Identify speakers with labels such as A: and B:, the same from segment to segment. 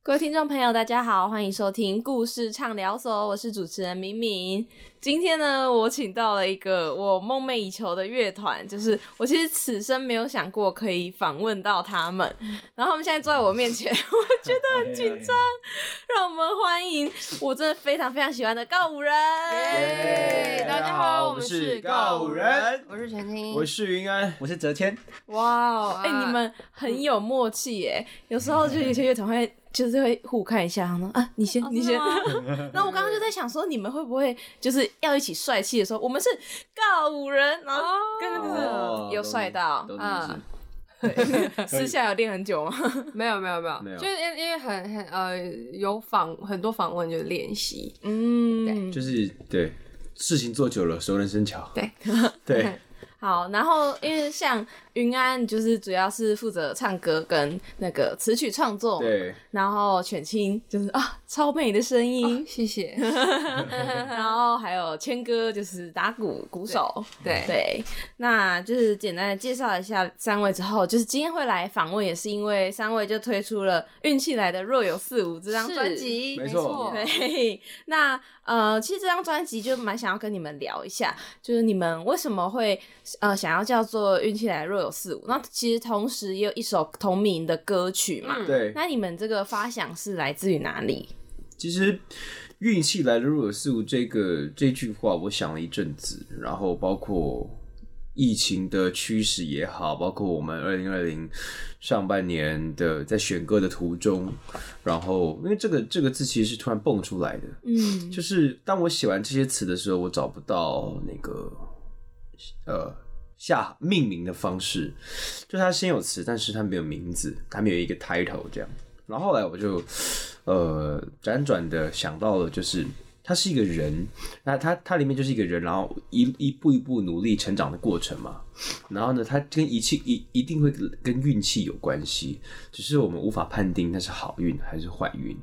A: 各位听众朋友，大家好，欢迎收听故事畅聊所，我是主持人敏敏。今天呢，我请到了一个我梦寐以求的乐团，就是我其实此生没有想过可以访问到他们，然后他们现在坐在我面前，我觉得很紧张。让我们欢迎我真的非常非常喜欢的告五人。
B: 耶
C: 大家好，我们是
B: 告五人
C: 我是陈青，
B: 我是云安，我是哲谦，
A: 哇哦，哎、
C: 哇
A: 你们很有默契耶！有时候就有些乐团会就是会互看一下，然后呢啊，你先、
C: 哦
A: 你先
C: 真的。
A: 那我刚刚就在想说，你们会不会就是要一起帅气的说我们是告五人，然后
C: 哦
A: 跟
B: 哦
A: 那个有嗯帅到 嗯
C: 啊，
A: 私下有练很久吗？
C: 没有没有没有，
B: 没有
C: 就是因因为很很呃有访很多访问就是练习，
A: 嗯，
B: 就是对事情做久了，熟能生巧。
C: 对
B: 对，
A: 好。然后因为像云安就是主要是负责唱歌跟那个词曲创作，
B: 对，
A: 然后犬青就是啊超美的声音，
C: 嗯谢谢。
A: 然后还有谦哥就是打鼓鼓手，
C: 对
A: 对，那就是简单的介绍一下三位之后，就是今天会来访问，也是因为三位就推出了《运气来的若有似无》这张
C: 是哦
A: 专辑
B: 没。错
C: 没
A: 对，那呃，其实这张专辑就蛮想要跟你们聊一下，就是你们为什么会呃想要叫做《运气来的若有似无》？那其实同时也有一首同名的歌曲嘛。
C: 嗯
B: 对，
A: 那你们这个发想是来自于哪里？
B: 其实“运气来的若有似无”这个这句话，我想了一阵子，然后包括疫情的驱使也好，包括我们二零二零上半年的在选歌的途中，然后因为这个这个字其实是突然蹦出来的，
A: 嗯，
B: 就是当我写完这些词的时候，我找不到那个呃下命名的方式，就它先有词，但是它没有名字，它没有一个 title 这样。然后后来我就呃辗转的想到了，就是他是一个人，那他他里面就是一个人，然后一一步一步努力成长的过程嘛。然后呢，它跟一气一一定会跟运气有关系，只是我们无法判定它是好运还是坏运。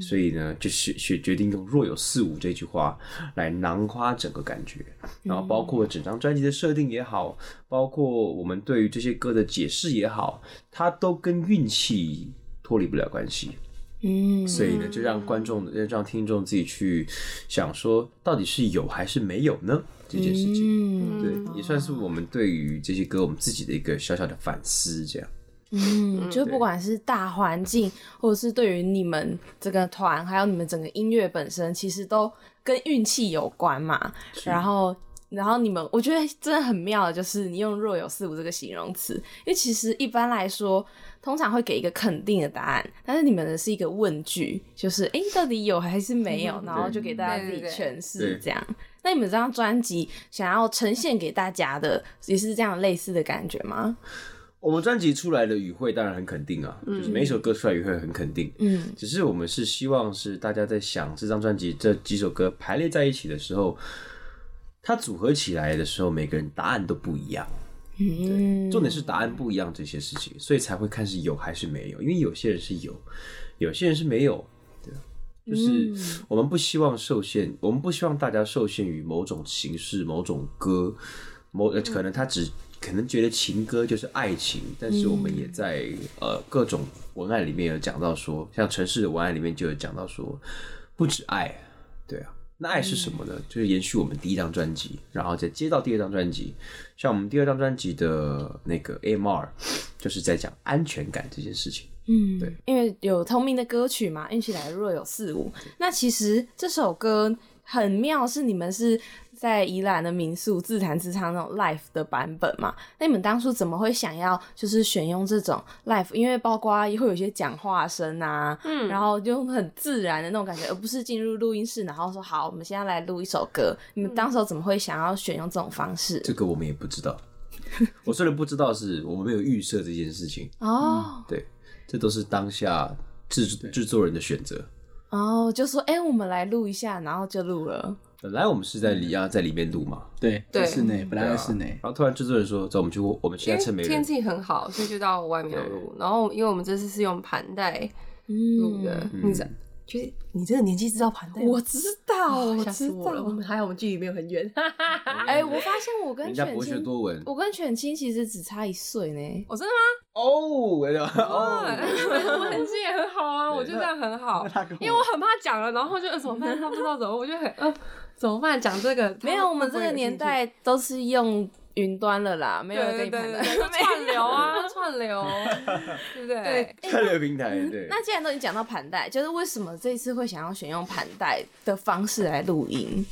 B: 所以呢，就是决决定用“若有似无”这句话来囊括整个感觉，然后包括整张专辑的设定也好，包括我们对于这些歌的解释也好，它都跟运气脱离不了关系。
A: 嗯，
B: 所以呢，就让观众、呃让听众自己去想说，到底是有还是没有呢？这件事情，
A: 嗯
B: 对，也算是我们对于这些歌我们自己的一个小小的反思，这样。
A: 嗯，就不
B: 对
A: 管是大环境，或者是对于你们这个团，还有你们整个音乐本身，其实都跟运气有关嘛。然后，然后你们，我觉得真的很妙的就是你用“若有似无”这个形容词，因为其实一般来说，通常会给一个肯定的答案，但是你们的是一个问句，就是诶，到底有还是没有，然后就给大家自己
C: 对对
A: 诠释
B: 对
A: 这样。那你们这张专辑想要呈现给大家的，也是这样类似的感觉吗？
B: 我们专辑出来的语汇当然很肯定啊，就是每一首歌出来语汇很肯定，
A: 嗯
B: 只是我们是希望是大家在想这张专辑这几首歌排列在一起的时候，它组合起来的时候，每个人答案都不一样。
A: 嗯，
B: 重点是答案不一样这些事情，所以才会看是有还是没有，因为有些人是有，有些人是没有，对，啊就是我们不希望受限，我们不希望大家受限于某种形式、某种歌，某呃可能他只可能觉得情歌就是爱情，但是我
D: 嗯
B: 们也在呃各种文案里面有讲到说，像城市的文案里面就有讲到说，不止爱，对啊。那爱是什么
D: 嗯
B: 呢？就是延续我们第一张专辑，然后再接到第二张专辑。像我们第二张专辑的那个 AMR，就是在讲安全感这件事情。
A: 嗯，
B: 对，
A: 因为有同名的歌曲嘛，运气来的若有似无。那其实这首歌很妙，是你们是在宜兰的民宿自弹自唱那种 live 的版本嘛？那你们当初怎么会想要就是选用这种 live？因为包括会有一些讲话声啊，嗯，然后就很自然的那种感觉，而不是进入录音室然后说好，我们现在来录一首歌。你们当时候怎么会想要选用这种方式？
B: 这个我们也不知 道。我虽然不知道是我们没有预设这件事情，
A: 哦
B: 对，这都是当下制制作人的选择。
A: 哦，就说哎、我们来录一下，然后就录了。
B: 本来我们是在里亚在里面录嘛，
D: 对，
C: 对
D: 在室内，嗯本来
B: 对啊
D: 在室内，
B: 然，后突然制作人说：“走，我们去，我们
C: 因
B: 现在趁没
C: 为天
B: 人。
C: 气很好，所以就到外面录。然后，因为我们这次是用盘带录
A: 嗯
C: 的，你知就是你这个年纪知道盘带吗？哦
A: 我知道，我
C: 啊吓
A: 知
C: 死我了！我
A: 道。
C: 们还好，我们距离没有很远。
A: 哎、我发现我”跟
B: 人家
A: 犬
B: 博学
A: 青，
B: 多闻，
A: 我跟犬青其实只差一岁呢。
C: 哦，真的吗？
B: 哦，哦，对吧？哦，
C: 我很近也很好啊，我觉得这样很好
B: 那他跟，我
C: 因为我很怕讲了，然后就呃怎么办？他不知道怎么，我就很呃怎么办？讲这个
A: 没有，我们这个年代都是用云端了啦，没
C: 没
A: 有人跟你
C: 对
A: 盘
C: 对
A: 的。
C: 对，串流啊，串 流，对不对？
B: 串流平台对。
A: 那既然都已经讲到盘带，就是为什么这一次会想要选用盘带的方式来录音？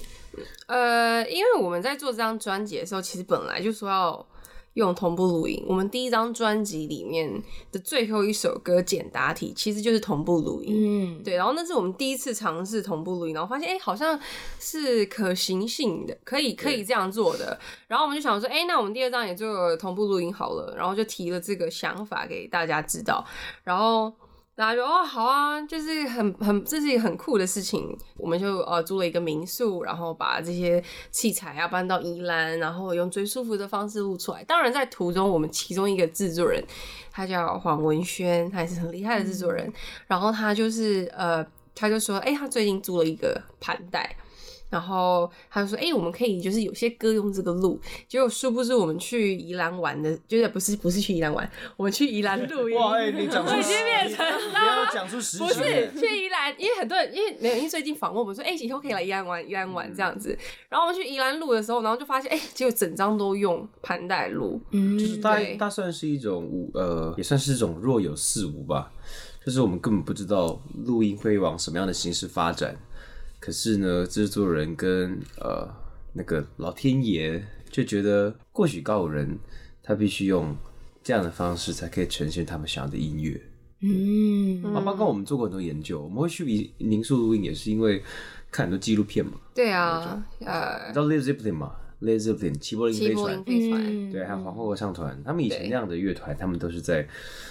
C: 呃，因为我们在做这张专辑的时候，其实本来就说要用同步录音。我们第一张专辑里面的最后一首歌《简答题》，其实就是同步录音。
A: 嗯，
C: 对，然后那是我们第一次尝试同步录音，然后发现哎、诶好像是可行性的，可以可以这样做的。然后我们就想说，哎、那我们第二张也做同步录音好了，然后就提了这个想法给大家知道，然后。大家就哦好啊，就是很很这是一个很酷的事情，我们就呃租了一个民宿，然后把这些器材啊搬到宜兰，然后用最舒服的方式录出来。当然在途中，我们其中一个制作人他叫黄文轩，他也是很厉害的制作人。然后他就是呃，他就说，哎、他最近租了一个盘带，然后他就说，哎、我们可以就是有些歌用这个录。结果殊不知我们去宜兰玩的，就是不是不是去宜兰玩，我们去宜兰录音。
B: 哇，哎，你讲出
C: 我已经变成
B: 你要讲出十
C: 不
B: 几
C: 是
B: 年，
C: 去宜兰，因为很多人因为没有，因为最近访问我们说，哎、以后可以来宜兰玩，宜兰
B: 嗯
C: 玩这样子。然后我们去宜兰录的时候，然后就发现，哎、结果整张都用盘带录，
B: 就是它
C: 对
B: 它算是一种无呃，也算是一种若有似无吧，就是我们根本不知道录音会往什么样的形式发展，可是呢，制作人跟呃那个老天爷就觉得或许告五人他必须用这样的方式才可以呈现他们想要的音乐。
A: 嗯，
B: 妈妈跟我们做过很多研究，我们会去民民宿录音也是因为看很多纪录片嘛，
C: 对啊，呃
B: 你，知道 Led Zeppelin 吗？Led Zeppelin 齐柏林
C: 七
B: 飞
C: 波音
B: 船。
C: 飞船。
A: 嗯
B: 对，还有皇后合唱团，他们以前
C: 对
B: 那样的乐团，他们都是在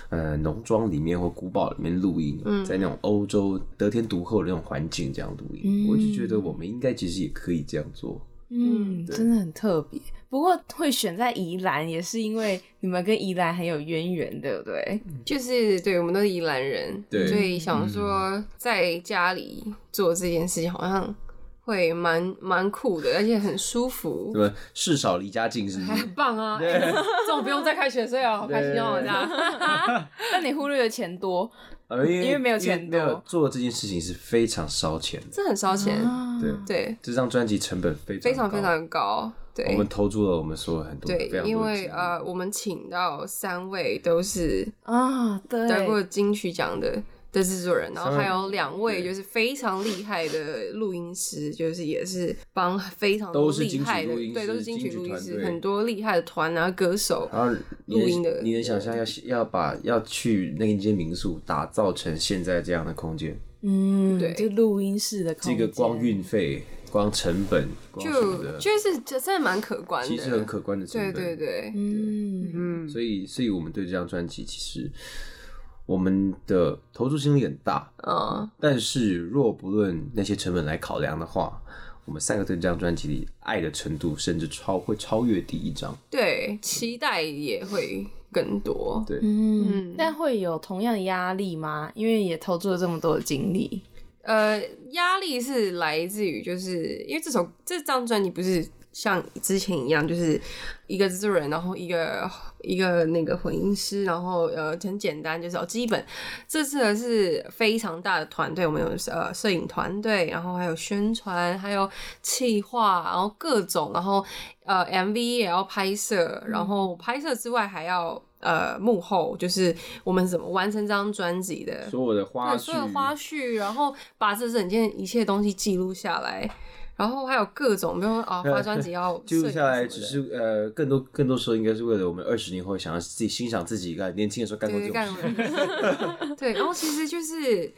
B: 呃农庄里面或古堡里面录音，在那种欧洲得天独厚的那种环境这样录音。我就觉得我们应该其实也可以这样做。
A: 嗯，真的很特别。不过会选在宜兰，也是因为你们跟宜兰很有渊源，对不对？
C: 就是对我们都是宜兰人，
B: 对
C: 所以
A: 嗯
C: 想说在家里做这件事情好像会蛮蛮酷的，而且很舒服
B: 那，么事少离家近是不
C: 还
B: 是
C: 很？棒啊！
B: 对
C: 哎这种不用再开学费哦，好开心哦，
B: 对
C: 这 样。
A: 那你忽略了钱多
B: 呃因
A: 因为没有钱
B: 因为没有
A: 多
B: 做这件事情是非常烧 钱的。
C: 这很烧钱，
A: 啊
B: 对，
C: 对，
B: 这张专辑成本非常
C: 哦
B: 高
C: 非常非。常
B: 我
C: 高，对
B: 们。投注了我们所有很多
C: 对
B: 非常，多
C: 因为
B: 精力
C: 呃，我们请到三位都是
A: 啊，对，
C: 得过金曲奖的的制作人，然后
B: 三位
C: 还有两位
B: 对
C: 就是非常厉害的录音师，就是也是帮非常
B: 都
C: 多
B: 是
C: 厉
B: 金曲
C: 害的
B: 录音，师
C: 对，都是
B: 金
C: 曲
B: 曲
C: 录音
B: 团
C: 师，
B: 队
C: 很多厉害的团啊歌手。
B: 然后你
C: 录
B: 能
C: 音的
B: 你能想象要要把要去那一间民宿打造成现在这样的空间，
A: 嗯，
C: 对
A: 就录音室的空
B: 这
A: 间，
B: 个光运费、光成本、光什么
C: 就
B: 的，
C: 就是这真的蛮可观的，
B: 其实很可观的成
C: 对
B: 本。
C: 对对，
A: 嗯，
C: 嗯，
B: 所以，所以我们对这张专辑其实我们的投注心力很大，
C: 嗯，
B: 但是若不论那些成本来考量的话，我们三个对这张专辑里爱的程度，甚至超会超越第一张。
C: 对，期待也会更多，
B: 对，
A: 嗯，但会有同样的压力吗？因为也投注了这么多的精力，
C: 呃，压力是来自于，就是因为这首这张专辑不是像之前一样，就是一个制作人，然后一个一个那个混音师，然后呃很简单，就是哦基本。这次的是非常大的团队，我们有呃摄影团队，然后还有宣传，还有企划，然后各种，然后呃 MV 也要拍摄，然后拍摄之外还要呃幕后，就是我们怎么完成这张专辑的
B: 所有的花
C: 对，所有
B: 絮，
C: 花絮，然后把这整件一切东西记录下来，然后还有各种，比如说 啊，发专辑要
B: 记录下
C: 摄
B: 来，
C: 影什么的
B: 只是呃，更多更多时候应该是为了我们二十年后想要自己欣赏自己干年轻的时候干过
C: 对
B: 这
C: 对
B: 种
C: 干
B: 事。
C: 嘛？ 对，然后其实就是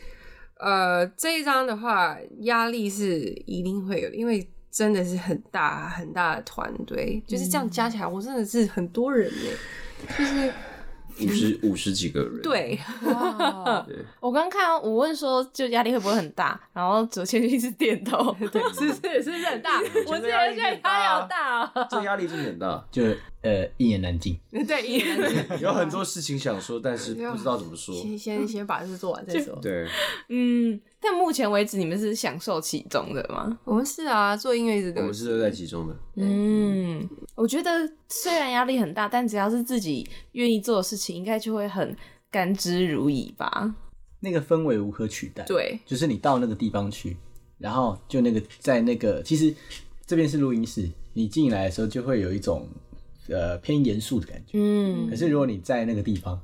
C: 呃，这一张的话，压力是一定会有的，因为。真的是很大很大的团队，就是这样加起来，我真的是很多人呢。
B: 五十五十几个人，，
C: 对，
A: 哇！我刚看到我问说，就压力会不会很大？然后左千就一直点 头，对，
C: 是是是很大，我
B: 觉
C: 之
B: 得压力
C: 前觉得
B: 很大
C: 压力
B: 啊
C: 好大哦。
B: 这压力真的很 大
D: 就呃一言难尽。
C: 对， 一人
B: 有很多事情想说，但是不知道怎么说。
C: 先先先把事做完再说。
B: 对，
A: 嗯，但目前为止，你们是享受其中的吗？
C: 我们是啊，做音乐一直
B: 我
C: 都
B: 们是乐在其中的。
A: 嗯，我觉得虽然压力很大，但只要是自己愿意做的事情，应该就会很甘之如饴吧。
D: 那个氛围无可取代。，
C: 对，
D: 就是你到那个地方去，然后就那个在那个，其实这边是录音室，你进来的时候就会有一种呃偏严肃的感觉。
A: 嗯
D: 可是如果你在那个地方，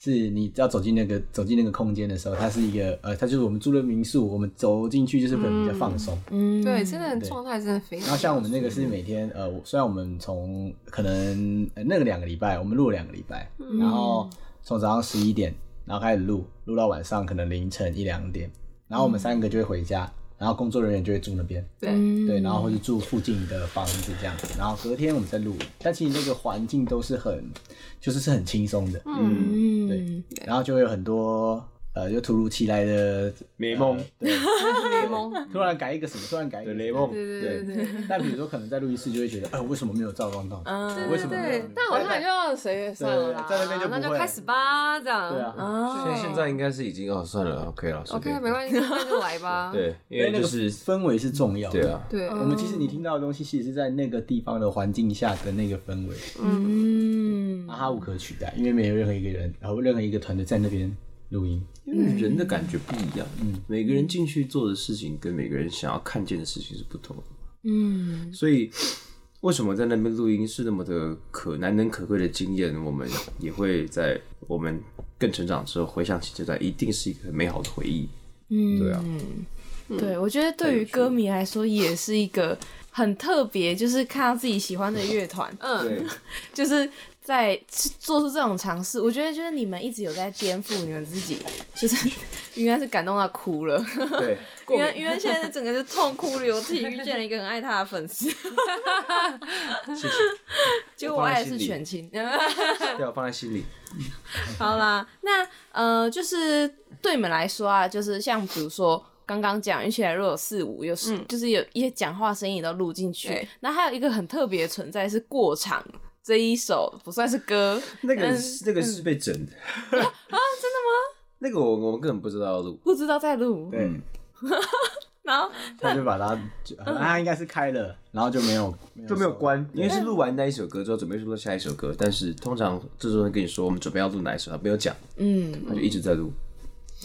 D: 是你要走进那个走进那个空间的时候，它是一个呃，它就是我们住的民宿，我们走进去就是可能比较放松。
A: 嗯，
C: 对，真的
D: 对
C: 状态真的非常。
D: 然后像我们那个是每天呃，我虽然我们从可能、呃、那个两个礼拜，我们录了两个礼拜，
C: 嗯
D: 然后从早上十一点，然后开始录，录到晚上可能凌晨一两点，然后我们三个就会回家，然后工作人员就会住那边，
C: 对
A: 嗯
D: 对，然后或者住附近的房子这样子，然后隔天我们再录，但其实那个环境都是很，就是是很轻松 的，
C: 嗯，
A: 嗯，
D: 对然后就会有很多呃，就突如其来的
B: 美梦
D: 呃对，
C: 雷 蒙，
D: 突然改一个什么，突然改一个
B: 对雷梦
C: 对对对对。
D: 但比如说，可能在录音室就会觉得，哎、我为什么没有照光到？
A: 嗯
D: 我 为什么没有
C: 对，但好像也就随缘算了啦，
D: 对在那边就不会
C: 那就开始吧，嗯这样。
D: 对啊，
A: 哦
B: 现在现在应该是已经哦，算了，OK 了随
C: OK，
B: 便
C: 没啊关系，那就来吧。
B: 对，因为
D: 那个
B: 就是
D: 氛围是重要的。
B: 对啊，
C: 对，
D: 我们其实你听到的东西，其实是在那个地方的环境下的那个氛围，
A: 嗯
D: 啊，它无可取代，因为没有任何一个人，然后任何一个团队在那边录音。
B: 因
A: 嗯
B: 为人的感觉不一样，每个人进去做的事情跟每个人想要看见的事情是不同的。
A: 嗯
B: 所以为什么在那边录音是那么的可难能可贵的经验？我们也会在我们更成长之后回想起这段，一定是一个很美好的回忆。
A: 嗯，
B: 对啊，
A: 对，我觉得对于歌迷来说也是一个很特别，就是看到自己喜欢的乐团，
C: 嗯，
B: 对，
A: 就是在做出这种尝试。我觉得就是你们一直有在颠覆你们自己，就是 应该是感动到哭了。
B: 对，
A: 因为因为现在整个是痛哭流涕，遇见了一个很爱他的粉丝。
B: 谢谢，
A: 结果我爱的是犬青。
B: 对，我放在心里。
A: 好啦，那呃，就是对你们来说啊，就是像比如说刚刚讲，运气来若有四五，有是、就是有一些讲话声音也都录进去
C: 嗯对。
A: 那还有一个很特别的存在是过场这一首不算是歌，
B: 那个
A: 嗯
B: 是那个是被整的啊？真的吗？ 那个我我们根本不知道要录，
A: 不知道在录。
D: 对，
A: 然后
D: 他就把它，就他应该是开了，然后就没有
B: 就没有
D: 收
B: 关，因为是录完那一首歌之后，准备录下一首歌，但是通常制作人跟你说我们准备要录哪一首，他没有讲，
A: 嗯，
B: 他就一直在录，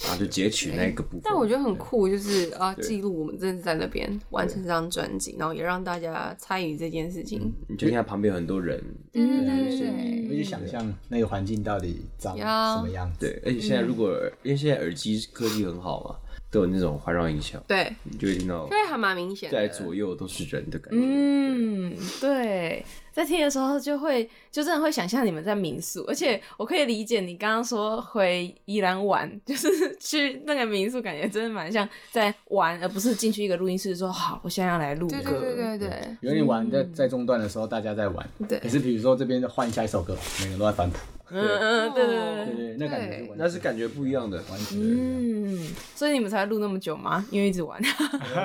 B: 然后就截取那个部分。
C: 但我觉得很酷，就是啊，记录我们真的在那边完成这张专辑，然后也让大家参与这件事情。
D: 嗯
B: 你就看旁边有很多人，
C: 对对对
D: 你
C: 对
D: 会去想象那个环境到底长
C: 呀
D: 什么样子。
B: 对，而且现在如果、因为现在耳机科技很好嘛，都有那种环绕音效，
C: 对，
D: 嗯
B: 你就会听到
C: 因为还蛮明显
B: 在
C: 的。
B: 左右都是人的感觉。
A: 嗯，对，在听的时候就会就真的会想象你们在民宿，而且我可以理解你刚刚说回宜兰玩，就是 去那个民宿，感觉真的蛮像在玩，而不是进去一个录音室说好，我现在要来录嗯
C: 对
A: 歌。
C: 对对对对
D: 有点玩在在中段的时候，大家在玩。
C: 对
D: 可是比如说这边换下一首歌，每个人都在翻谱。
A: 嗯嗯，对对对
D: 对
A: 对。
C: 哦
D: 对，那感觉是完全
B: 那是感觉不一样的。
D: 完全的。
A: 嗯，所以你们才会录那么久吗？因为一直玩。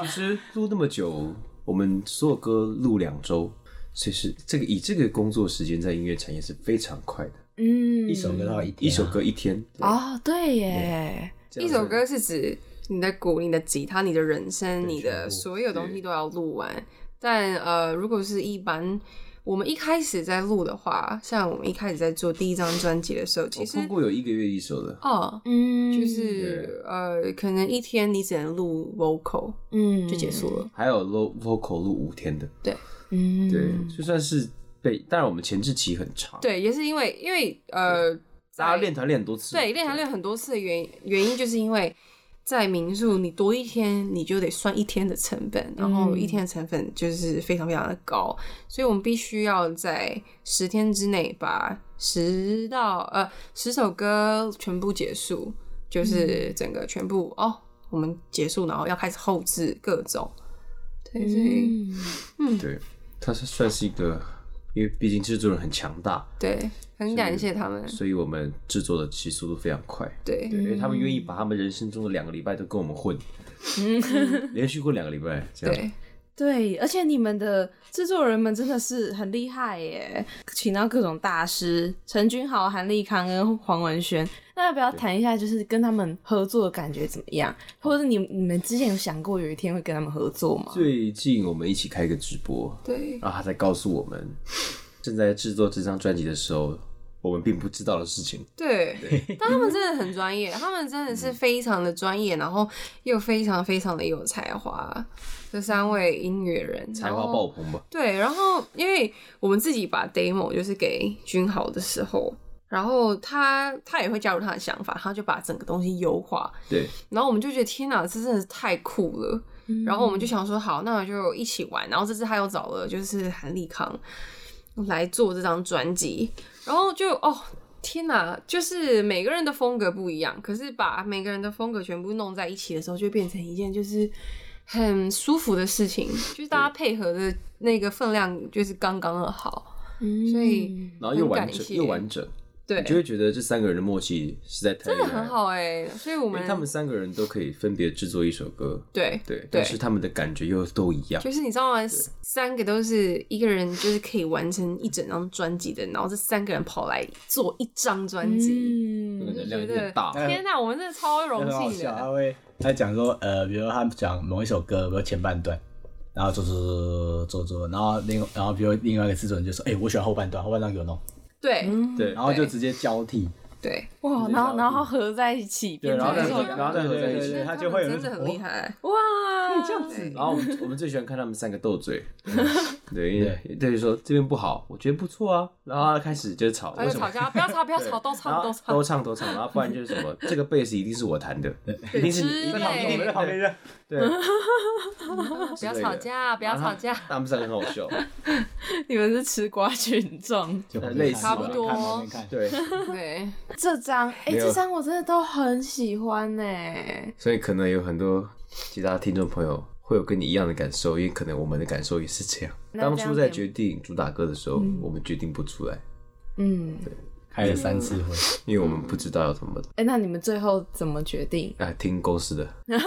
B: 其实录那么久，我们所有歌录两周，所以是这个以这个工作时间在音乐产业是非常快的，
A: 嗯，
D: 一首歌的话，一
B: 一
D: 天啊
B: 首歌一天。
A: 哦，对耶，
B: 这
C: 一
B: 样子
C: 首歌是指你的鼓、你的吉他、你的人声、你
D: 全
C: 的
D: 部
C: 所有东西都要录完。但呃，如果是一般我们一开始在录的话，像我们一开始在做第一张专辑的时候，其
B: 我
C: 实
B: 碰过有一个月一首的，
C: 哦，
A: 嗯，
C: 就是呃，可能一天你只能录 vocal
A: 嗯
C: 就结束，了。
B: 还有 low vocal 录五天的，
A: 嗯，
B: 对，就算是被，当然我们前置期很长，，
C: 对，也是因为因为呃，
B: 大家
C: 在
B: 练团练很多次，
C: 对练团练很多次的原因原因，就是因为在民宿你多一天，你就得算一天的成本，然后
A: 嗯
C: 一天的成本就是非常非常的高，所以我们必须要在十天之内把十到呃十首歌全部结束，就是整个全部、哦，我们结束，然后要开始后置各种。对，所以、
A: 嗯
B: 对，它是算是一个，因为毕竟制作人很强大，
C: 对，很感谢他们。
B: 所以我们制作的其实速度非常快。
C: 对，
B: 对，因为他们 愿意把他们人生中的两个礼拜都跟我们混，连续混两个礼拜，这样
C: 嗯对，
A: 对，而且你们的制作人们真的是很厉害耶，请到各种大师，陈君豪、韩立康跟黄文轩。那要不要谈一下，就是跟他们合作的感觉怎么样？或者你你们之前有想过有一天会跟他们合作吗？
B: 最近我们一起开个直播，
C: 对，
B: 然后他才告诉我们，正在制作这张专辑的时候，我们并不知道的事
C: 哦
B: 情。
C: 对，但他们真的很专业，他们真的
B: 嗯
C: 是非常的专业，然后又非常非常的有才华。这三位音乐人
B: 才华爆。棚吧？
C: 对，然后因为我们自己把 demo 就是给君豪的时候，然后他他也会加入他的想法，他就把整个东西优化，
B: 对，
C: 然后我们就觉得天哪，这真的是太酷了。
B: 嗯
C: 然后我们就想说，好，那就一起玩。然后这次他又找了就是韩立康来做这张专辑，然后就哦。天哪，就是每个人的风格不一样，可是把每个人的风格全部弄在一起的时候，就变成一件就是很舒服的事情，就是大家配合的那个分量就是刚刚的好，
A: 嗯
C: 所以
B: 然后又完
C: 很感
B: 整
C: 谢
B: 又完整，
C: 对
B: 你，就会觉得这三个人的默契实在太
C: 真的
B: 厉害
C: 很好哎、所以我
B: 因
C: 们
B: 为他们三个人都可以分别制作一首歌，
C: 对
B: 对，但是他们的感觉又都一样
C: 就。是你知道吗？三个都是一个人，就是可以完成一整张专辑的，然后这三个人跑来做一张专辑，
B: 那个
A: 嗯，
B: 能量有点大，
D: 嗯
C: 天哪，我们真的超荣
D: 很好
C: 幸
D: 笑，
C: 的。
D: 他会他讲说，呃，比如说他讲某一首歌，比如前半段，然后做做做做做，然后另然后比如另外一个制作人就说，哎、我喜欢后半段，后半段给我弄，
C: 对
B: 对，
D: 然后就直接交替，
C: 对
A: 嗯哇，然后然后合在一起，
D: 对，然后再
C: 对
D: 合然后再合在一
B: 对
D: 起，
C: 那
D: 他
C: 他
D: 就
C: 们
D: 会有那
C: 真的
D: 种哦
C: 很厉，害。
A: 哇，这样
C: 子
B: 然后我们我们最喜欢看他们三个斗嘴， 对，因为对于说这边不好，我觉得不错啊，然后开始就 吵，
C: 而
B: 为
C: 且
B: 什
C: 哎
B: 么？
C: 吵架，不要吵，不要吵，都
B: 然
C: 唱
B: 后
C: 都
B: 都
C: 唱。
B: 唱都唱，然后不然就是什 么，这个贝斯一定是我弹的，一定是你，一定
C: 之类
B: 一
D: 我
B: 定
D: 们在旁边就
B: 对，对
C: 不要吵架， 不要吵
D: 啊
C: 架。
B: 他们三个很好笑，
A: 你们是吃瓜群 众。
D: 就旁边看
B: 类似吧
D: 旁边
C: 差不多
D: 看旁边看，
B: 对，
C: 对，
A: 这张，哎、
B: 没有
A: 这张我真的都很喜欢呢、
B: 所以可能有很多其他听众朋友会有跟你一样的感受，因为可能我们的感受也是这样。嗯
A: 那这样
B: 当初在
A: 子
B: 决定主打歌的时候，我们决定不出来，
A: 嗯，
D: 开了三次会，
B: 因为我们不知道要怎么
A: 哎、那你们最后怎么决定？
B: 哎听公司的。
C: 但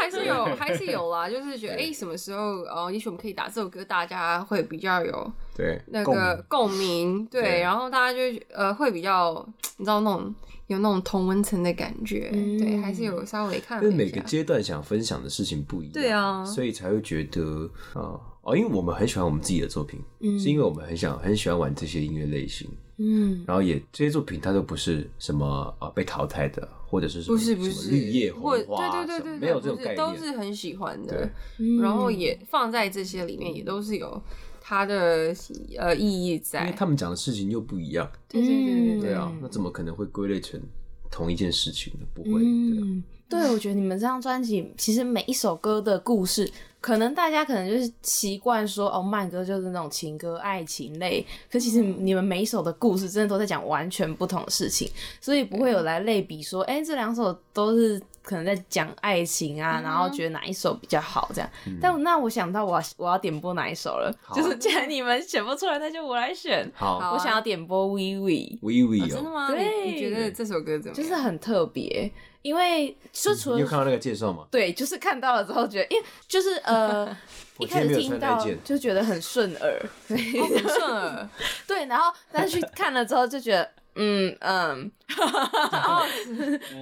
C: 还是有，还是有啦。就是觉得，哎，什么时候，呃，也许我们可以打这首歌，大家会比较有
B: 对，
C: 那
D: 共
C: 个
D: 鸣
C: 共鸣，对，
B: 对
C: 然后大家就呃会比较，你知道那种有那种同温层的感觉，
A: 嗯
C: 对，还是有稍微看
B: 因
C: 了
B: 为
C: 一下。
B: 每个阶段想分享的事情不一样，
C: 对啊
B: 所以才会觉得啊、呃哦，因为我们很喜欢我们自己的作品，
A: 嗯
B: 是因为我们很想很喜欢玩这些音乐类型，
A: 嗯，
B: 然后也这些作品它都不是什么啊、呃被淘汰的，或者是什么
C: 不是不
B: 什么
C: 是
B: 绿叶红
C: 或
B: 花啊，
C: 对对对
B: 什么
C: 对，
B: 没有这种
C: 不
B: 概念，
C: 是都是很喜欢的
B: 对，
A: 嗯
C: 然后也放在这些里面，也都是有它的呃意义
B: 因为
C: 在。
B: 他们讲的事情又不一样，
C: 对对对对
B: 对
C: 对，
B: 啊，
A: 嗯
B: 那怎么可能会归类成同一件事情呢？不会，对啊
A: 嗯，对，我觉得你们这张专辑其实每一首歌的故事，可能大家可能就是习惯说哦，慢歌就是那种情歌、爱情类，可其
B: 嗯
A: 实你们每一首的故事真的都在讲完全不同的事情，所以不会
B: 嗯
A: 有来类比说，哎、这两首都是可能在讲爱情
B: 嗯
A: 啊，然后觉得哪一首比较好这样。但那我想到我要我要点播哪一首了，
B: 好啊
A: 就是既然你们选不出来，那就我来选。
B: 好啊
C: 好
A: 我想要点播 We We。
B: ，We
C: 哦
B: We
C: 真的
B: 哦，
C: 吗？
A: 对
C: 你你觉得这首歌怎么样？
A: 就是很特别，因为就除
B: 嗯你有
A: 了
B: 看到那个介绍吗？
A: 对，就是看到了之后觉得，因为就是 呃，一
B: 我
A: 开始
B: 今天没有
A: 听
B: 穿
A: 到
B: 那件，
A: 就觉得很顺耳，对
C: 哦很顺耳，
A: 对，然后但是去看了之后就觉得，嗯 嗯，
C: 哦，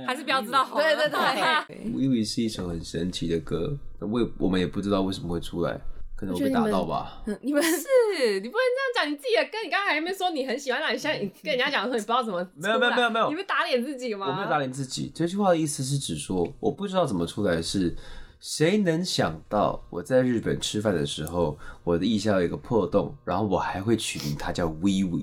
C: 还是不要知道好了。
A: 对对对，
B: 《We We》是一首很神奇的歌，我也我们也不知道为什么会出来，可能
A: 我
B: 我
A: 觉得
B: 被
A: 你
B: 打
A: 们
B: 到吧。
A: 嗯 你们是
C: 是你不能这样讲你自己的歌，你刚才还没说你很喜欢哪，你现在跟人家讲说你不知道怎么出来，
B: 没有没有没有没有
C: 你不是打脸自己吗？
B: 我没有打脸自己，这句话的意思是指说，我不知道怎么出来是。谁能想到我在日本吃饭的时候，我的腋下有一个破洞，然后我还会取名它叫 We We。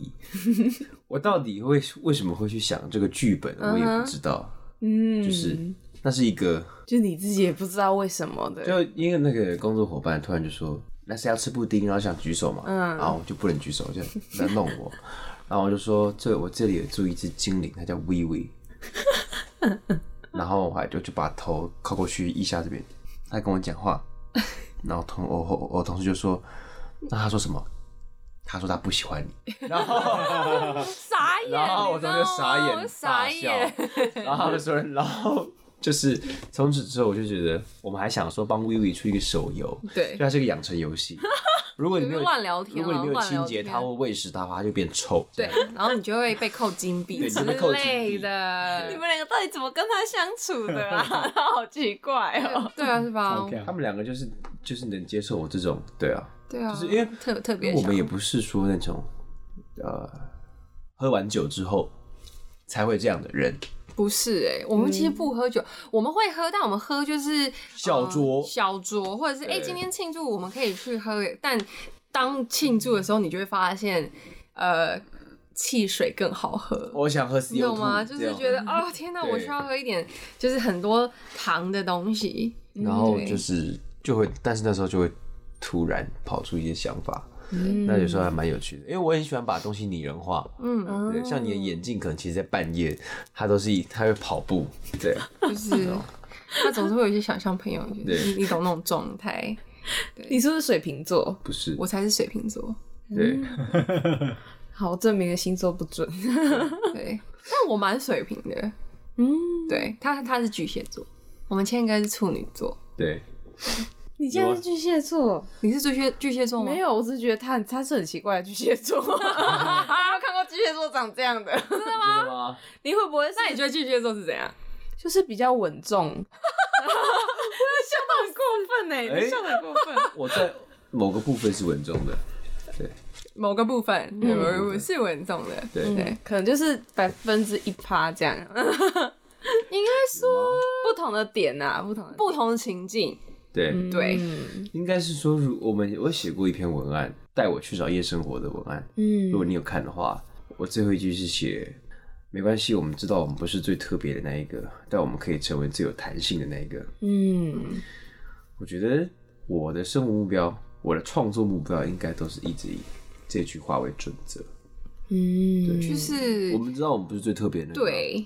B: 我到底为为什么会去想这个剧本，我也
C: 嗯哼
B: 不知道。
A: 嗯，
B: 就是那是一个，
A: 就你自己也不知道为什么的，
B: 就因为那个工作伙伴突然就说，那谁要吃布丁，然后想举手嘛，然后我就不能举手，就 在弄我，然后我就说，这我这里有住一只精灵，它叫微微，然后我还就就把头靠过去腋下这边，他跟我讲话，然后同我我我同事就说，那他说什么？他说他不喜欢你，然后
C: 傻眼，啊
B: 然后我同学
C: 你知道吗
B: 傻眼
C: 我傻眼，
B: 大笑然后所有人，然后就是从此之后，我就觉得我们还想说帮 Vivi 出一个手游，
C: 对
B: 就，它是个养成游 戏。如果你没有
C: 就是乱聊天啊
B: 如果你没有清洁
C: 乱聊天
B: 它或喂食它，它就变臭。
C: 对，然后你就会被扣金币
B: 对
C: 之
B: 你会被扣金币
C: 类的。
A: 你们两个到底怎么跟他相处的 啊？好奇怪哦。
C: 对啊，是吧？
B: 他们两个就是就是能接受我这种，对啊，
C: 对啊，
B: 就是因为
C: 特特别
B: 我
C: 想
B: 们也不是说那种呃喝完酒之后才会这样的人，
C: 不是哎、我们其实不喝酒，我们会喝，但我们喝就是
B: 小酌
C: 呃小酌，或者是哎、
B: 对
C: 今天庆祝我们可以去喝，但当庆祝的时候，你就会发现，呃，汽水更好喝。
B: 我想喝 CO2，
C: 你懂吗？就是觉
B: 得，
C: 得哦，天哪，
B: 对
C: 我需要喝一点，就是很多糖的东西。
B: 然后
C: 嗯对
B: 就是就会，但是那时候就会突然跑出一些想法，
A: 嗯
B: 那有时候还蛮有趣的，因为我很喜欢把东西拟人化。
C: 嗯，
B: 对，像
A: 哦
B: 你的眼镜，可能其实在半夜，它都是一，它会跑步，对，
C: 就是他总是会有一些想象朋友，就
B: 对
C: 是你你懂那种状态。
A: 你是不是水瓶座？
B: 不是
C: 我，嗯才是水 瓶座，
B: 对，
A: 好，证明了星座不准。
C: 对，但我蛮水瓶的。
A: 嗯，
C: 对他，他是巨蟹座，我们谦哥是处女座。
B: 对，
A: 你竟然是巨蟹座？哦
C: 你是巨蟹巨蟹座吗？
A: 没，有，我只是觉得他他是很奇怪的巨蟹座。 啊，有看过巨蟹座长这样的？
B: 真的吗？
A: 你会不会是
C: 那你觉得巨蟹座是怎样？
A: 就是比较稳 重？你笑的很过分哎、
B: 哎
A: 你笑的很过分。
B: 我在某个部分是稳重的，
C: 某个部分，某个部分是稳重的，
B: 嗯对，
A: 对，可能就是百分之一趴这样。
C: 应该说
A: 不同的点啊，不同的点
C: 不同情境，
B: 对，
C: 对，
A: 嗯
B: 应该是说，如我们我写过一篇文案，带我去找夜生活的文案。如果
A: 嗯
B: 你有看的话，我最后一句是写：没关系，我们知道我们不是最特别的那一个，但我们可以成为最有弹性的那一个。
A: 嗯，
B: 我觉得我的生活目标，我的创作目标，应该都是一直以这句话为准则。
A: 嗯，
C: 就是
B: 我们知道我们不是最特别的那个，，
C: 对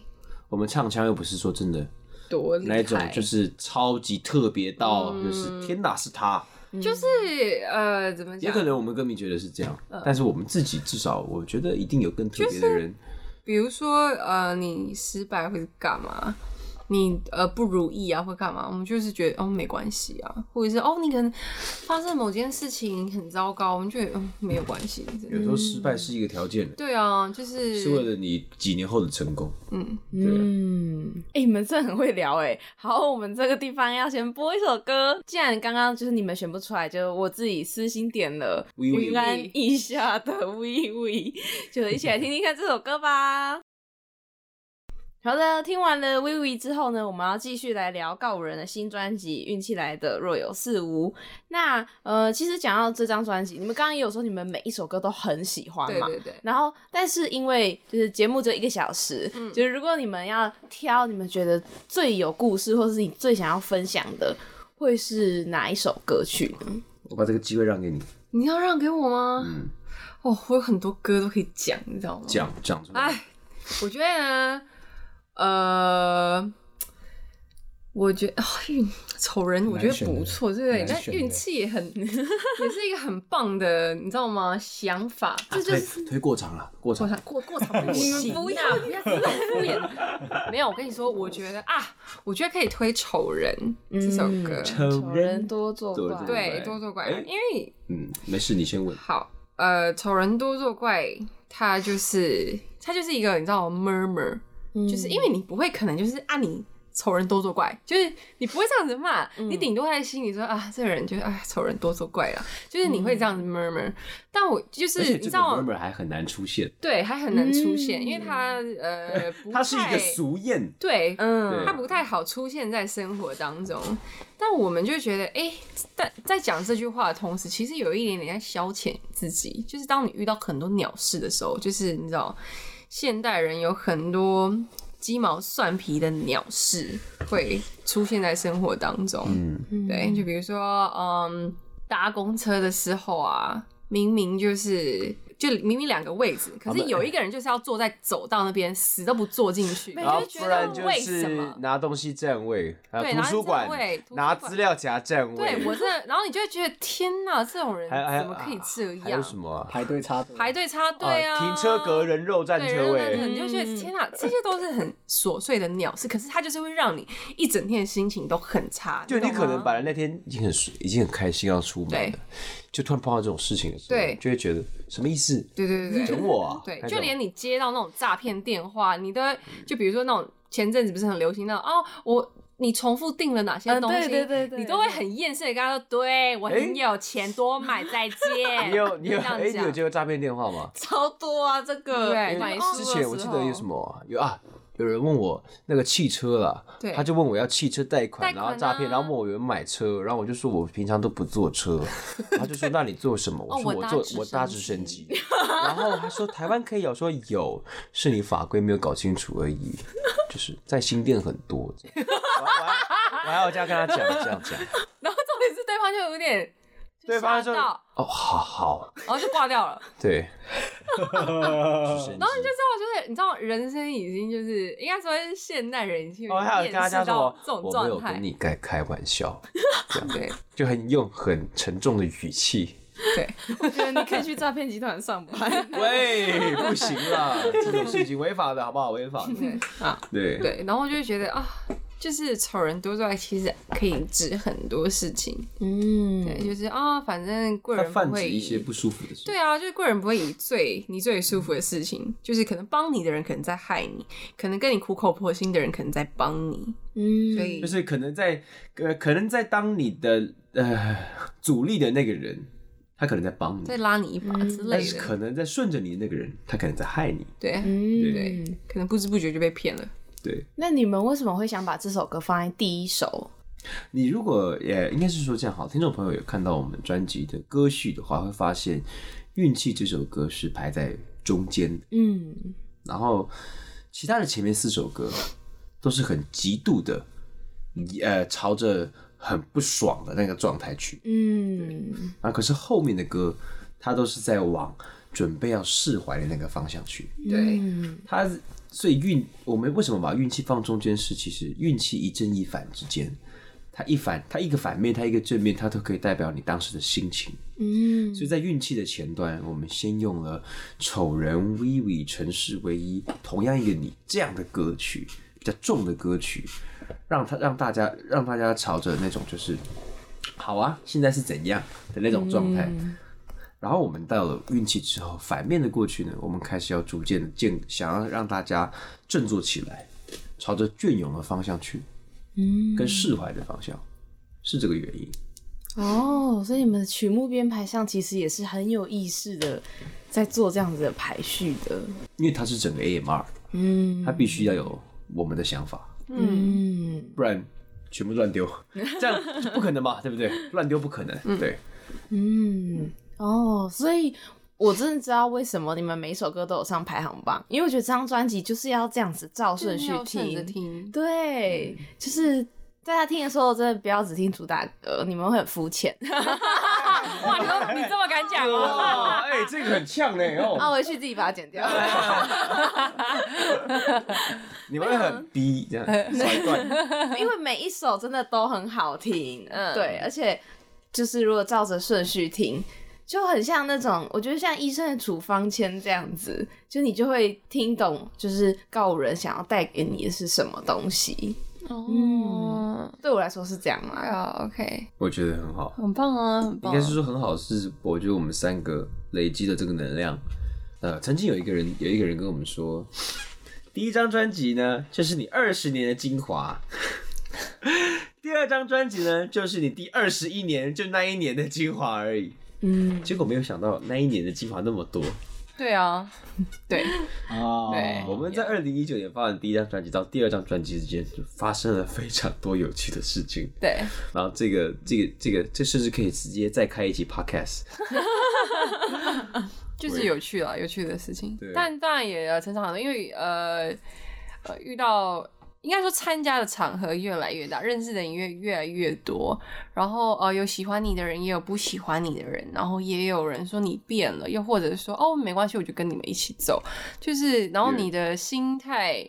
B: 我们唱腔又不是说真的
C: 多厉
B: 那一种，
C: 害，
B: 就是超级特别到，就是天哪是他。
A: 嗯
C: 就是呃，怎么
B: 也
C: 讲？
B: 可能我们歌迷觉得是这样，
C: 嗯
B: 但是我们自己至少，我觉得一定有更特别的人。
C: 比如说呃，你失败会干嘛？你呃不如意啊，或干嘛？我们就是觉得哦没关系啊，或者是哦你可能发生某件事情很糟糕，我们觉得嗯没有关系，真的
B: 有时候失败是一个条件的，
C: 嗯对啊，就是
B: 是为了你几年后的成功。
C: 嗯，
A: 嗯，哎、你们真的很会聊哎、好，我们这个地方要先播一首歌。既然刚刚就是你们选不出来，就我自己私心点了
B: We We
A: 云安一下的 We We，就 一起来听听看这首歌吧。好的，听完了 We We 之后呢，我们要继续来聊告五人的新专辑《运气来的若有似无》。那呃，其实讲到这张专辑，你们刚刚也有说你们每一首歌都很喜欢
C: 对
A: 嘛，
C: 对对。
A: 然后，但是因为就是节目只有一个小时，
C: 嗯
A: 就是如果你们要挑你们觉得最有故事，或是你最想要分享的，会是哪一首歌曲呢？
B: 我把这个机会让给你，
C: 你要让给我吗？
B: 嗯，
C: 哦，我有很多歌都可以讲，你知道吗？，
B: 讲讲出来
C: 哎。，我觉得呢，呃，我觉得哦运、丑人，我觉得不错，对不对？
D: 难
C: 那
D: 选的
C: 运气也很， 也是一个很棒的，你知道吗？想法，这就
B: 推
C: 是。
B: 推过场了，过
C: 过
B: 场
C: 场过过场 不行，不要不要敷衍。没有，我跟你说，我觉得啊，我觉得可以推《丑人》这首歌，
A: 丑人多作
B: 多
A: 怪，
B: 作
C: 对
B: 对
C: 多作怪，
B: 哎
C: 因为
B: 嗯，没事，你先问。
C: 好，呃，丑人多作怪，它就是它就是一个你知道 murmur，、就是因为
B: 嗯
C: 你不会可能就是啊你丑人多作怪，就是你不会这样子骂，
B: 嗯
C: 你顶多在心里说啊这个人就是哎丑人多作怪啦，就是你会这样子 murmur，、但我就是
B: 嗯而且
C: 你
B: 这
C: 知
B: 个
C: 道
B: murmur 还很难出现，
C: 对还很难出现，
A: 嗯
C: 因为它 呃不
B: 它是一
C: 太
B: 个俗谚。
C: 对
A: 嗯
C: 它不太好出现在生活当中，但我们就觉得，哎、但在讲这句话的同时，其实有一点点在消遣自己。就是当你遇到很多鸟事的时候，就是你知道，现代人有很多鸡毛蒜皮的鸟事会出现在生活当中。
B: 嗯，
C: 对，就比如说，嗯，搭公车的时候啊，明明就是就明明两个位置，可是有一个人就是要坐在走道那边，死都不坐进去。
A: 没
B: 然后
A: 就觉
B: 哎不
A: 得
B: 然就
C: 为什
B: 是
C: 么
B: 拿东西占位，还
C: 对
B: 有
C: 拿
B: 图
C: 占
B: 书馆
C: 位图书
B: 拿
C: 馆
B: 资料夹占位，
C: 对我真的，然后你就会觉得天哪，这种人
B: 还还
C: 怎么可以这
B: 还有
C: 样？
B: 什么啊？
D: 排队插队
C: 排队插队啊，
B: 停车格人肉占
C: 对，
B: 车
C: 然后
B: 位，
C: 你就
A: 嗯
C: 觉得天哪，这些都是很琐碎的鸟事，可是它就是会让你一整天的心情都很差。
B: 就你
C: 懂
B: 可能
C: 吗
B: 本来那天已经很已经很开心要出门
C: 对
B: 了，就突然碰到这种事情的时候，
C: 对
B: 就会觉得什么意思？
C: 对对对对
B: 整我啊！
C: 对，
B: 那
C: 就
B: 种
C: 连你接到那种诈骗电话，你
B: 嗯
C: 都会就比如说那种前阵子不是很流行那种哦，我你重复订了哪些
A: 嗯
C: 东西，
A: 对对对对
C: 你都会很厌世的跟他说，对我很有钱，多买再见。
B: 你 有你有
C: 这样
B: 哎，你有
C: 讲
B: 接过诈骗电话吗？
A: 超多啊，这个哦
C: 对
A: 买
C: 买
A: 书
B: 之
A: 的
B: 前我记
A: 时
B: 得有
A: 候
B: 什么啊有啊，有人问我那个汽车啦，
C: 对
B: 他就问我要汽车贷款，
C: 贷
B: 然后
C: 款
B: 诈骗，
C: 啊
B: 然后问我有没有买车，然后我就说我平常都不坐车，他就说那你坐什么？我
C: 哦
B: 说
C: 我
B: 我
C: 搭
B: 坐
C: 直
B: 我搭
C: 升
B: 直升 机，然后他说台湾可以有，我说有，是你法规没有搞清楚而已，就是在新店很多 这样，我还我还我还要这样跟他讲这样 讲，
C: 然后重点是对方就有点
B: 对方
C: 吓
B: 说
C: 到，
B: 哦好好，
C: 然后就挂掉了。
B: 对，直升机
C: 然后你就知道，就是你知道，人生已经就是应该说是现代人已经
B: 哦，还有跟
C: 厌
B: 他
C: 世
B: 讲什
C: 到
B: 么
C: 这？种
B: 我没有
C: 状态
B: 跟。你开开玩笑，这样
C: 对
B: 就很用很沉重的语气。
C: 对，
A: 我觉得你可以去诈骗集团上班。
B: 喂，不行啦， 这种事情违法的好不好？违法的。 对对
C: 对，然后我就会觉得啊，就是丑人多出来，其实可以指很多事情。
A: 嗯，
C: 对，就是啊，反正贵
B: 他
C: 人
B: 泛
C: 不
B: 指
C: 会
B: 一些
C: 以。
B: 不舒服的事。
C: 对啊，就是贵人不会以最你最舒服的事情，就是可能帮你的人可能在害你，可能跟你苦口婆心的人可能在帮你，
A: 嗯，
C: 所以
B: 就是可能在呃，可能在当你的呃阻力的那个人，他可能在帮你
C: 再，拉你一
A: 嗯
C: 把之
B: 但
C: 类
B: 是
C: 的。
B: 可能在顺着你的那个人，他可能在害你。
C: 对
A: 嗯
C: 对，，可能不知不觉就被骗了。
B: 对，
A: 那你们为什么会想把这首歌放在第一首？
B: 你如果也应该是说这样好，听众朋友有看到我们专辑的歌序的话，会发现《运气》这首歌是排在中间的，
A: 嗯
B: 然后其他的前面四首歌都是很极度的，呃，朝着很不爽的那个状态去。
A: 嗯，
B: 啊，可是后面的歌，它都是在往准备要释怀的那个方向去。
C: 对
A: 嗯
B: 它所以运，我们为什么把运气放中间？是其实运气一正一反之间，它一反，它一个反面，它一个正面，它都可以代表你当时的心情。
A: 嗯
B: 所以在运气的前端，我们先用了丑人 Vivi 城市唯一同样一个你这样的歌曲，比较重的歌曲，让他让大家让大家朝着那种就是好啊，现在是怎样的那种状态。然后我们到了运气之后，反面的过去呢，我们开始要逐渐的建，想要让大家振作起来，朝着隽永的方向去，
A: 嗯，
B: 跟释怀的方向，是这个原因。
A: 哦，所以你们的曲目编排上其实也是很有意识的，在做这样子的排序的。
B: 因为它是整个 AMR，
A: 嗯
B: 它必须要有我们的想法，
A: 嗯
B: 不然全部乱丢，这样不可能嘛，对不对？乱丢不可能，对，
A: 嗯，哦，所以。我真的知道为什么你们每一首歌都有上排行榜，因为我觉得这张专辑就是要这样子照顺序
C: 要顺着
A: 听，
C: 听，
A: 对，就是在他听的时候，真的不要只听主打歌，你们会很肤浅。
C: 哇，你都你这么敢讲哦？
B: 哇，哎，这个很呛呢
A: 啊，
B: 哦，
A: 回去自己把它剪掉。
B: 你们会很逼这样甩断，
A: 因为每一首真的都很好听，嗯对，而且就是如果照着顺序听，就很像那种，我觉得像医生的处方签这样子，就你就会听懂，就是告五人想要带给你的是什么东西。
C: 哦，
A: 对我来说是这样啦，
C: 啊，OK，
B: 我觉得很好，
C: 很棒啊，很
B: 应
C: 棒
B: 该。
A: 嗯
B: 是说很好，是我觉得我们三个累积的这个能量。呃，曾经有一个人，有一个人跟我们说， 第一张专辑呢，就是你二十年的精华； 第二张专辑呢，就是你第二十一年，就那一年的精华而已。
A: 嗯，
B: 结果没有想到那一年的精华那么多。
C: 对啊，对，
D: 哦，
C: 对
B: 我们在二零一九年发完第一张专辑到第二张专辑之间，就发生了非常多有趣的事情。
C: 对，
B: 然后这个这个这个，这甚至可以直接再开一集 podcast。
C: 就是有趣啦，有趣的事情
B: 对。
C: 但当然也呃成长很多，因为呃呃遇到应该说参加的场合越来越大，认识的人越越来越多，然后呃有喜欢你的人，也有不喜欢你的人，然后也有人说你变了，又或者是说哦没关系，我就跟你们一起走，就是然后
B: 嗯
C: 你的心态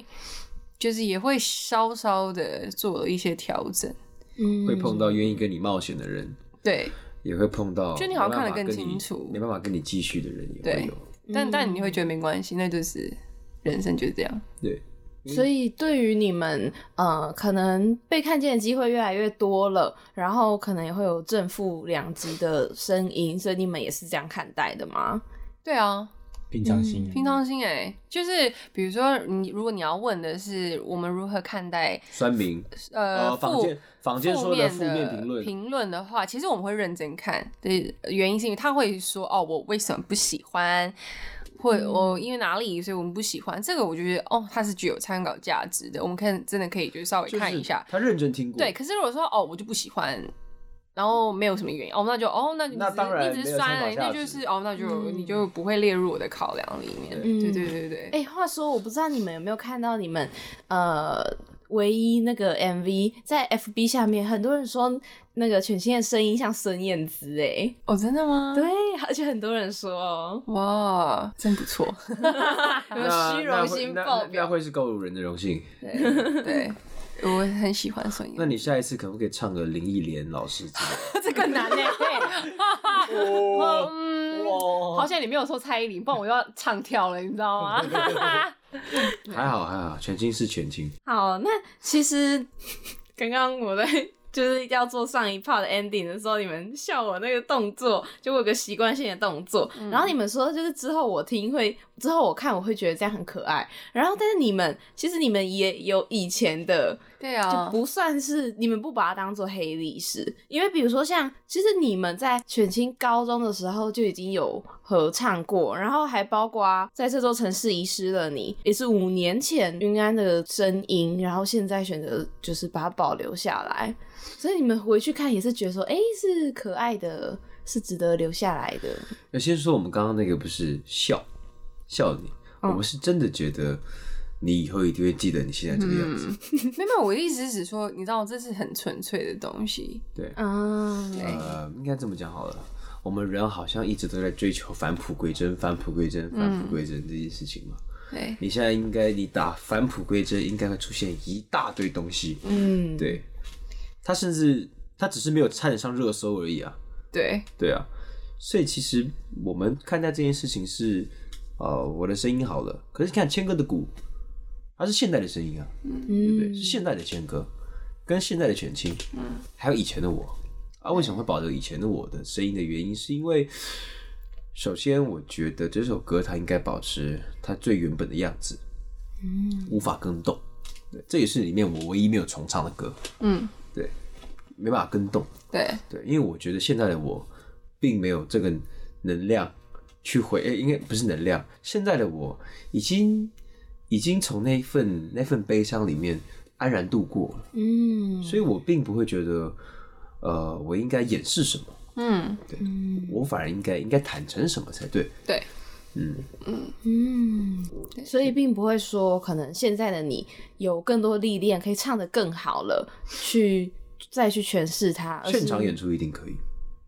C: 就是也会稍稍的做了一些调整，
A: 嗯
B: 会碰到愿意跟你冒险的人，
C: 对，
B: 也会碰到
C: 就你好像看得更
B: 没办法跟你
C: 清楚
B: 没办法跟你继续的人也会
C: 对
B: 有。
C: 但但
A: 嗯
C: 你会觉得没关系，那就是人生就是这样。
B: 对，
A: 所以对于你们，呃，可能被看见的机会越来越多了，然后可能也会有正负两极的声音，所以你们也是这样看待的吗？
C: 对啊，
D: 平常心
A: 嗯
C: 平常心哎、就是比如说你，如果你要问的是我们如何看待
B: 酸民，
C: 呃
B: 坊
C: 负
B: 间坊间说
C: 面
B: 负面评论，
C: 评论的话，其实我们会认真看的原因是因为他会说哦，我为什么不喜欢，或
A: 嗯
C: 我、因为哪里，所以我们不喜欢这个，我就觉得哦，它是具有参考价值的，我们看真的可以就是稍微
B: 就是
C: 看一下。
B: 他认真听过，
C: 对，可是如果说哦，我就不喜欢。然后没有什么原因哦，那就哦，那你
B: 那
C: 只
B: 当然
C: 你只
B: 没
C: 是
B: 有
C: 酸
B: 参考
C: 而已，
B: 价
C: 那
B: 值
C: 就是哦，那就、
A: 嗯
C: 你就不会列入我的考量里面。
A: 嗯
C: 对对对对，
A: 哎、话说我不知道你们有没有看到你们呃唯一那个 MV 在 FB 下面，很多人说那个犬星的声音像孙燕姿、欸，
C: 哦，真的吗？
A: 哎，对，而且很多人说哦，
C: 哇，真不错，
A: 有没有
B: 那
A: 虚
B: 那
A: 荣
B: 会
A: 心
B: 那
A: 爆
B: 那那
A: 表。
B: 会是购物人的荣
C: 嗯
B: 幸。
C: 对，我很喜欢孙
B: 那
C: 燕，
B: 你下一次可不可以唱个林忆莲老师之类的？
A: 这更难呢、 欸，
C: 嗯，好险你没有说蔡依林，不然我又要唱跳了，你知道吗？
B: 还好还好，全清是全清。
A: 好，那其实刚刚我在 就是要做上一 part 的 ending 的时候，你们笑我那个动作，就我有个习惯性的动作，
B: 嗯
A: 然后你们说就是之后我听会，之后我看我会觉得这样很可爱，然后但是你们其实你们也有以前的
C: 对
A: 就
C: 啊，
A: 不算是你们不把它当做黑历史，因为比如说像，其实你们在选清高中的时候就已经有合唱过，然后还包括在这座城市遗失了你，也是五年前云安的声音，然后现在选择就是把它保留下来，所以你们回去看也是觉得说，哎、是可爱的，是值得留下来的。
B: 那先说我们刚刚那个不是笑笑你，
C: 嗯
B: 我们是真的觉得你以后一定会记得你现在这个样
C: 嗯
B: 子。
C: 没有没有，我的意思是指说，你知道这是很纯粹的东西，
B: 对，
A: 嗯，
C: 对
B: 呃，应该这么讲好了。我们人好像一直都在追求返璞归真、返璞归真、返
C: 嗯
B: 璞归真这件事情嘛。
C: 对，
B: 你现在应该，你打返璞归真，应该会出现一大堆东西。
A: 嗯，
B: 对，他甚至他只是没有差点上热搜而已啊。
C: 对，
B: 对啊，所以其实我们看待这件事情是，呃，我的声音好了，可是你看谦哥的鼓，它是现代的声音啊，对不对？
A: 嗯
B: 是现代的谦哥，跟现代的犬青，还有以前的我啊，为什么会保留以前的我的声音的原因，是因为。首先，我觉得这首歌它应该保持它最原本的样子，嗯，无法更动。对，这也是里面我唯一没有重唱的歌，
C: 嗯，
B: 对，没办法更动。
C: 对，
B: 对，因为我觉得现在的我并没有这个能量去回，诶应该不是能量，现在的我已经已经从那一份那份悲伤里面安然度过了，
A: 嗯，
B: 所以我并不会觉得，呃，我应该掩饰什么，
C: 嗯，
B: 我反而应该应该坦诚什么才对。
C: 对，
B: 嗯，
A: 嗯，所以并不会说，可能现在的你有更多历练，可以唱得更好了，去再去诠释它。
C: 嗯
A: 而是
B: 现场演，出一定可以。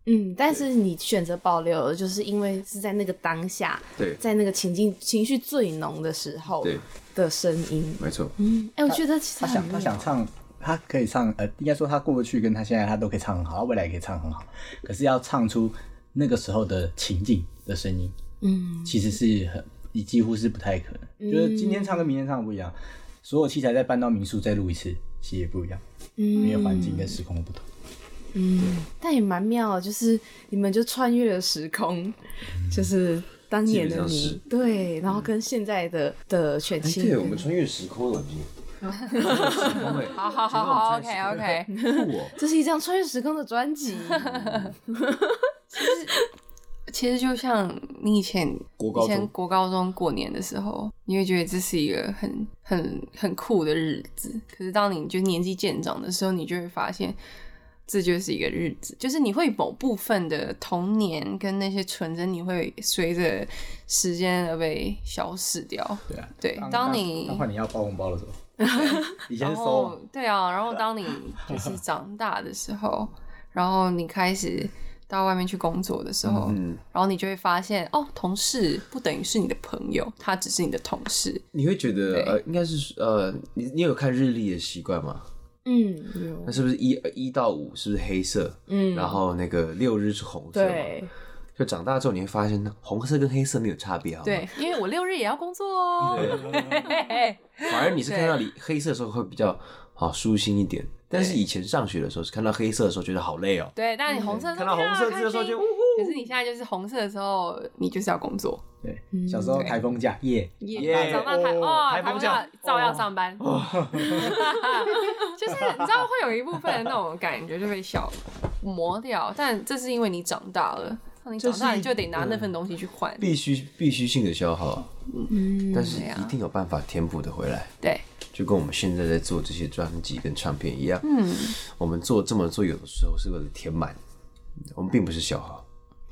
A: 嗯，但是你选择保留了，就是因为是在那个当下，
B: 对
A: 在那个情境情绪最浓的时候
B: 对，
A: 的声音。
B: 没错。
A: 嗯，哎、我觉得其实
D: 他
A: 很
D: 想他想唱，他可以唱，呃，应该说他过去跟他现在他都可以唱很好，他未来也可以唱很好，可是要唱出那个时候的情景的声音，
A: 嗯
D: 其实是很，你几乎是不太可能。就是今天
A: 嗯
D: 唱跟明天唱不一样，所有器材再搬到民宿再录一次，其实也不一样，因为
A: 嗯
D: 环境跟时空不同。
A: 嗯，但也蛮妙的，就是你们就穿越了时空，就是。当年的
B: 基
A: 你
B: 本，
A: 对，然后跟现在的、的犬
B: 哎，
A: 青，
B: 对，我们穿越时空了，已经。时空哎
C: 好好好好，OK OK，
B: 酷哦。
A: 这是一张穿越时空的专 辑。
C: 其实就像你以前
B: 国高中
C: 以前国高中过年的时候，你会觉得这是一个很很很酷的日子。可是当你就年纪渐长的时候，你就会发现这就是一个日子，就是你会某部分的童年跟那些纯真，你会随着时间而被消逝掉。
D: 对啊，
C: 对当你
D: 当换你要包红包的时候，以前
C: 然
D: 是 solo，
C: 后对啊，然后当你就是长大的时候，然后你开始到外面去工作的时候，
B: 嗯，
C: 然后你就会发现，哦，同事不等于是你的朋友，他只是你的同事。
B: 你会觉得
C: 对
B: 呃，应该是呃，你你有看日历的习惯吗？
A: 嗯，有
B: 那是不是一呃一到五是不是黑色？
A: 嗯，
B: 然后那个六日是红色嘛？
A: 对，
B: 就长大之后你会发现，红色跟黑色没有差别，好吗？
C: 对，因为我六日也要工作
B: 哦
C: 哦。
B: 对，
C: 嘿嘿嘿
B: 反而你是看到你黑色的时候会比较好舒心一点，但是以前上学的时候是看到黑色的时候觉得好累哦。
C: 对，但你红色的时
B: 看
C: 候
B: 到红色
C: 天啊
B: 字的时候
C: 开心
B: 就呜呼
C: 可是你现在就是红色的时候，你就是要工作。
A: 嗯
D: 对，小时候台风假 耶，
B: 耶
C: 耶，长大台
B: 哦
C: 哦，
B: 台
C: 台
B: 风
C: 风
B: 假
C: 假照样上班，
B: 哦
C: 就是你知道会有一部分的那种感觉就被小磨掉，但这是因为你长大了，当你长
B: 这
C: 大
B: 是
C: 你就得拿那份东西去换，
B: 必须必须性的消耗，啊但是
C: 对啊
B: 一定有办法填补的回来。
C: 对，
B: 就跟我们现在在做这些专辑跟唱片一样，嗯，我们做这么做有的时候是为了填满，我们并不是消耗。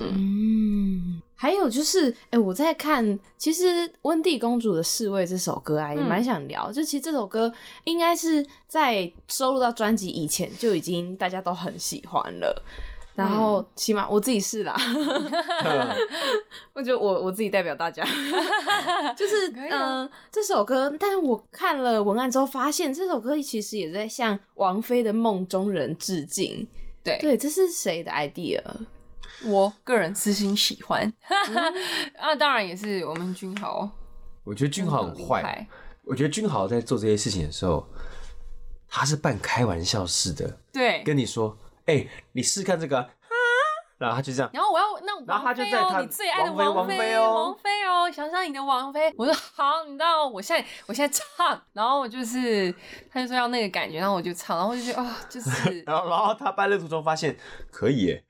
A: 嗯，还有就是，哎、我在看，其实温蒂公主的《侍卫》这首歌
C: 嗯
A: 啊，也蛮想聊。就其实这首歌应该是在收录到专辑以前就已经大家都很喜欢了，然后起码我自己是啦，
C: 嗯
A: 我觉得我我自己代表大 家，就是
C: 可以
A: 嗯、
C: 啊
A: 呃这首歌，但是我看了文案之后发现，这首歌其实也在向王菲的《梦中人》致敬。
C: 对
A: 对，这是谁的 idea？
C: 我个人私心喜欢， 啊，当然也是我们君豪，
B: 我觉得君豪很
C: 厉
B: 坏，
C: 害，
B: 我觉得君豪在做这些事情的时候，他是半开玩笑似的
C: 对，
B: 跟你说：“哎、你试试看这个啊。”然后他就这样，
C: 然后我要那王
B: 然后他就
C: 菲
B: 在
C: 哦
B: 他，
C: 你最爱的
B: 王菲王
C: 菲，
B: 菲哦，
C: 王菲哦，想想你的王菲。我说好，你知道我现在我现在唱，然后我就是他就说要那个感觉，然后我就唱，然后我就觉得啊、就是
B: 然后然后他搬的途中发现可以耶，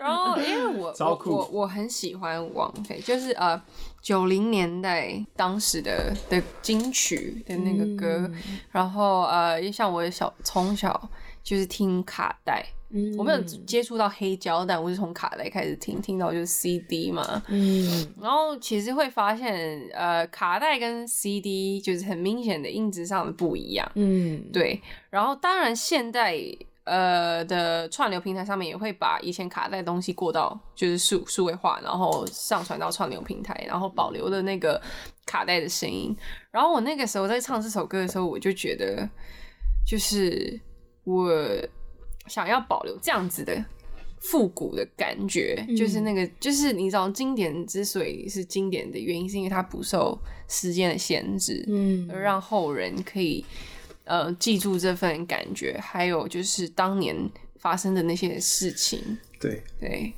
C: 然后因为我
B: 超
C: 我
B: 酷
C: 我我很喜欢王菲，就是呃九零年代当时的的金曲的那个歌，
B: 嗯
C: 然后呃也像我小从小就是听卡带。
A: 嗯
C: 我没有接触到黑胶，但我是从卡带开始听，听到就是 CD 嘛，
A: 嗯
C: 然后其实会发现，呃，卡带跟 CD 就是很明显的音质上的不一样，
A: 嗯，
C: 对。然后当然现在呃的串流平台上面也会把以前卡带的东西过到就是数数位化，然后上传到串流平台，然后保留的那个卡带的声音。然后我那个时候在唱这首歌的时候，我就觉得，就是我想要保留这样子的复古的感觉，
A: 嗯
C: 就是那个，就是你知道，经典之所以是经典的原因，是因为它不受时间的限制，
A: 嗯
C: 而让后人可以呃记住这份感觉，还有就是当年发生的那些事情，
B: 对，
C: 对，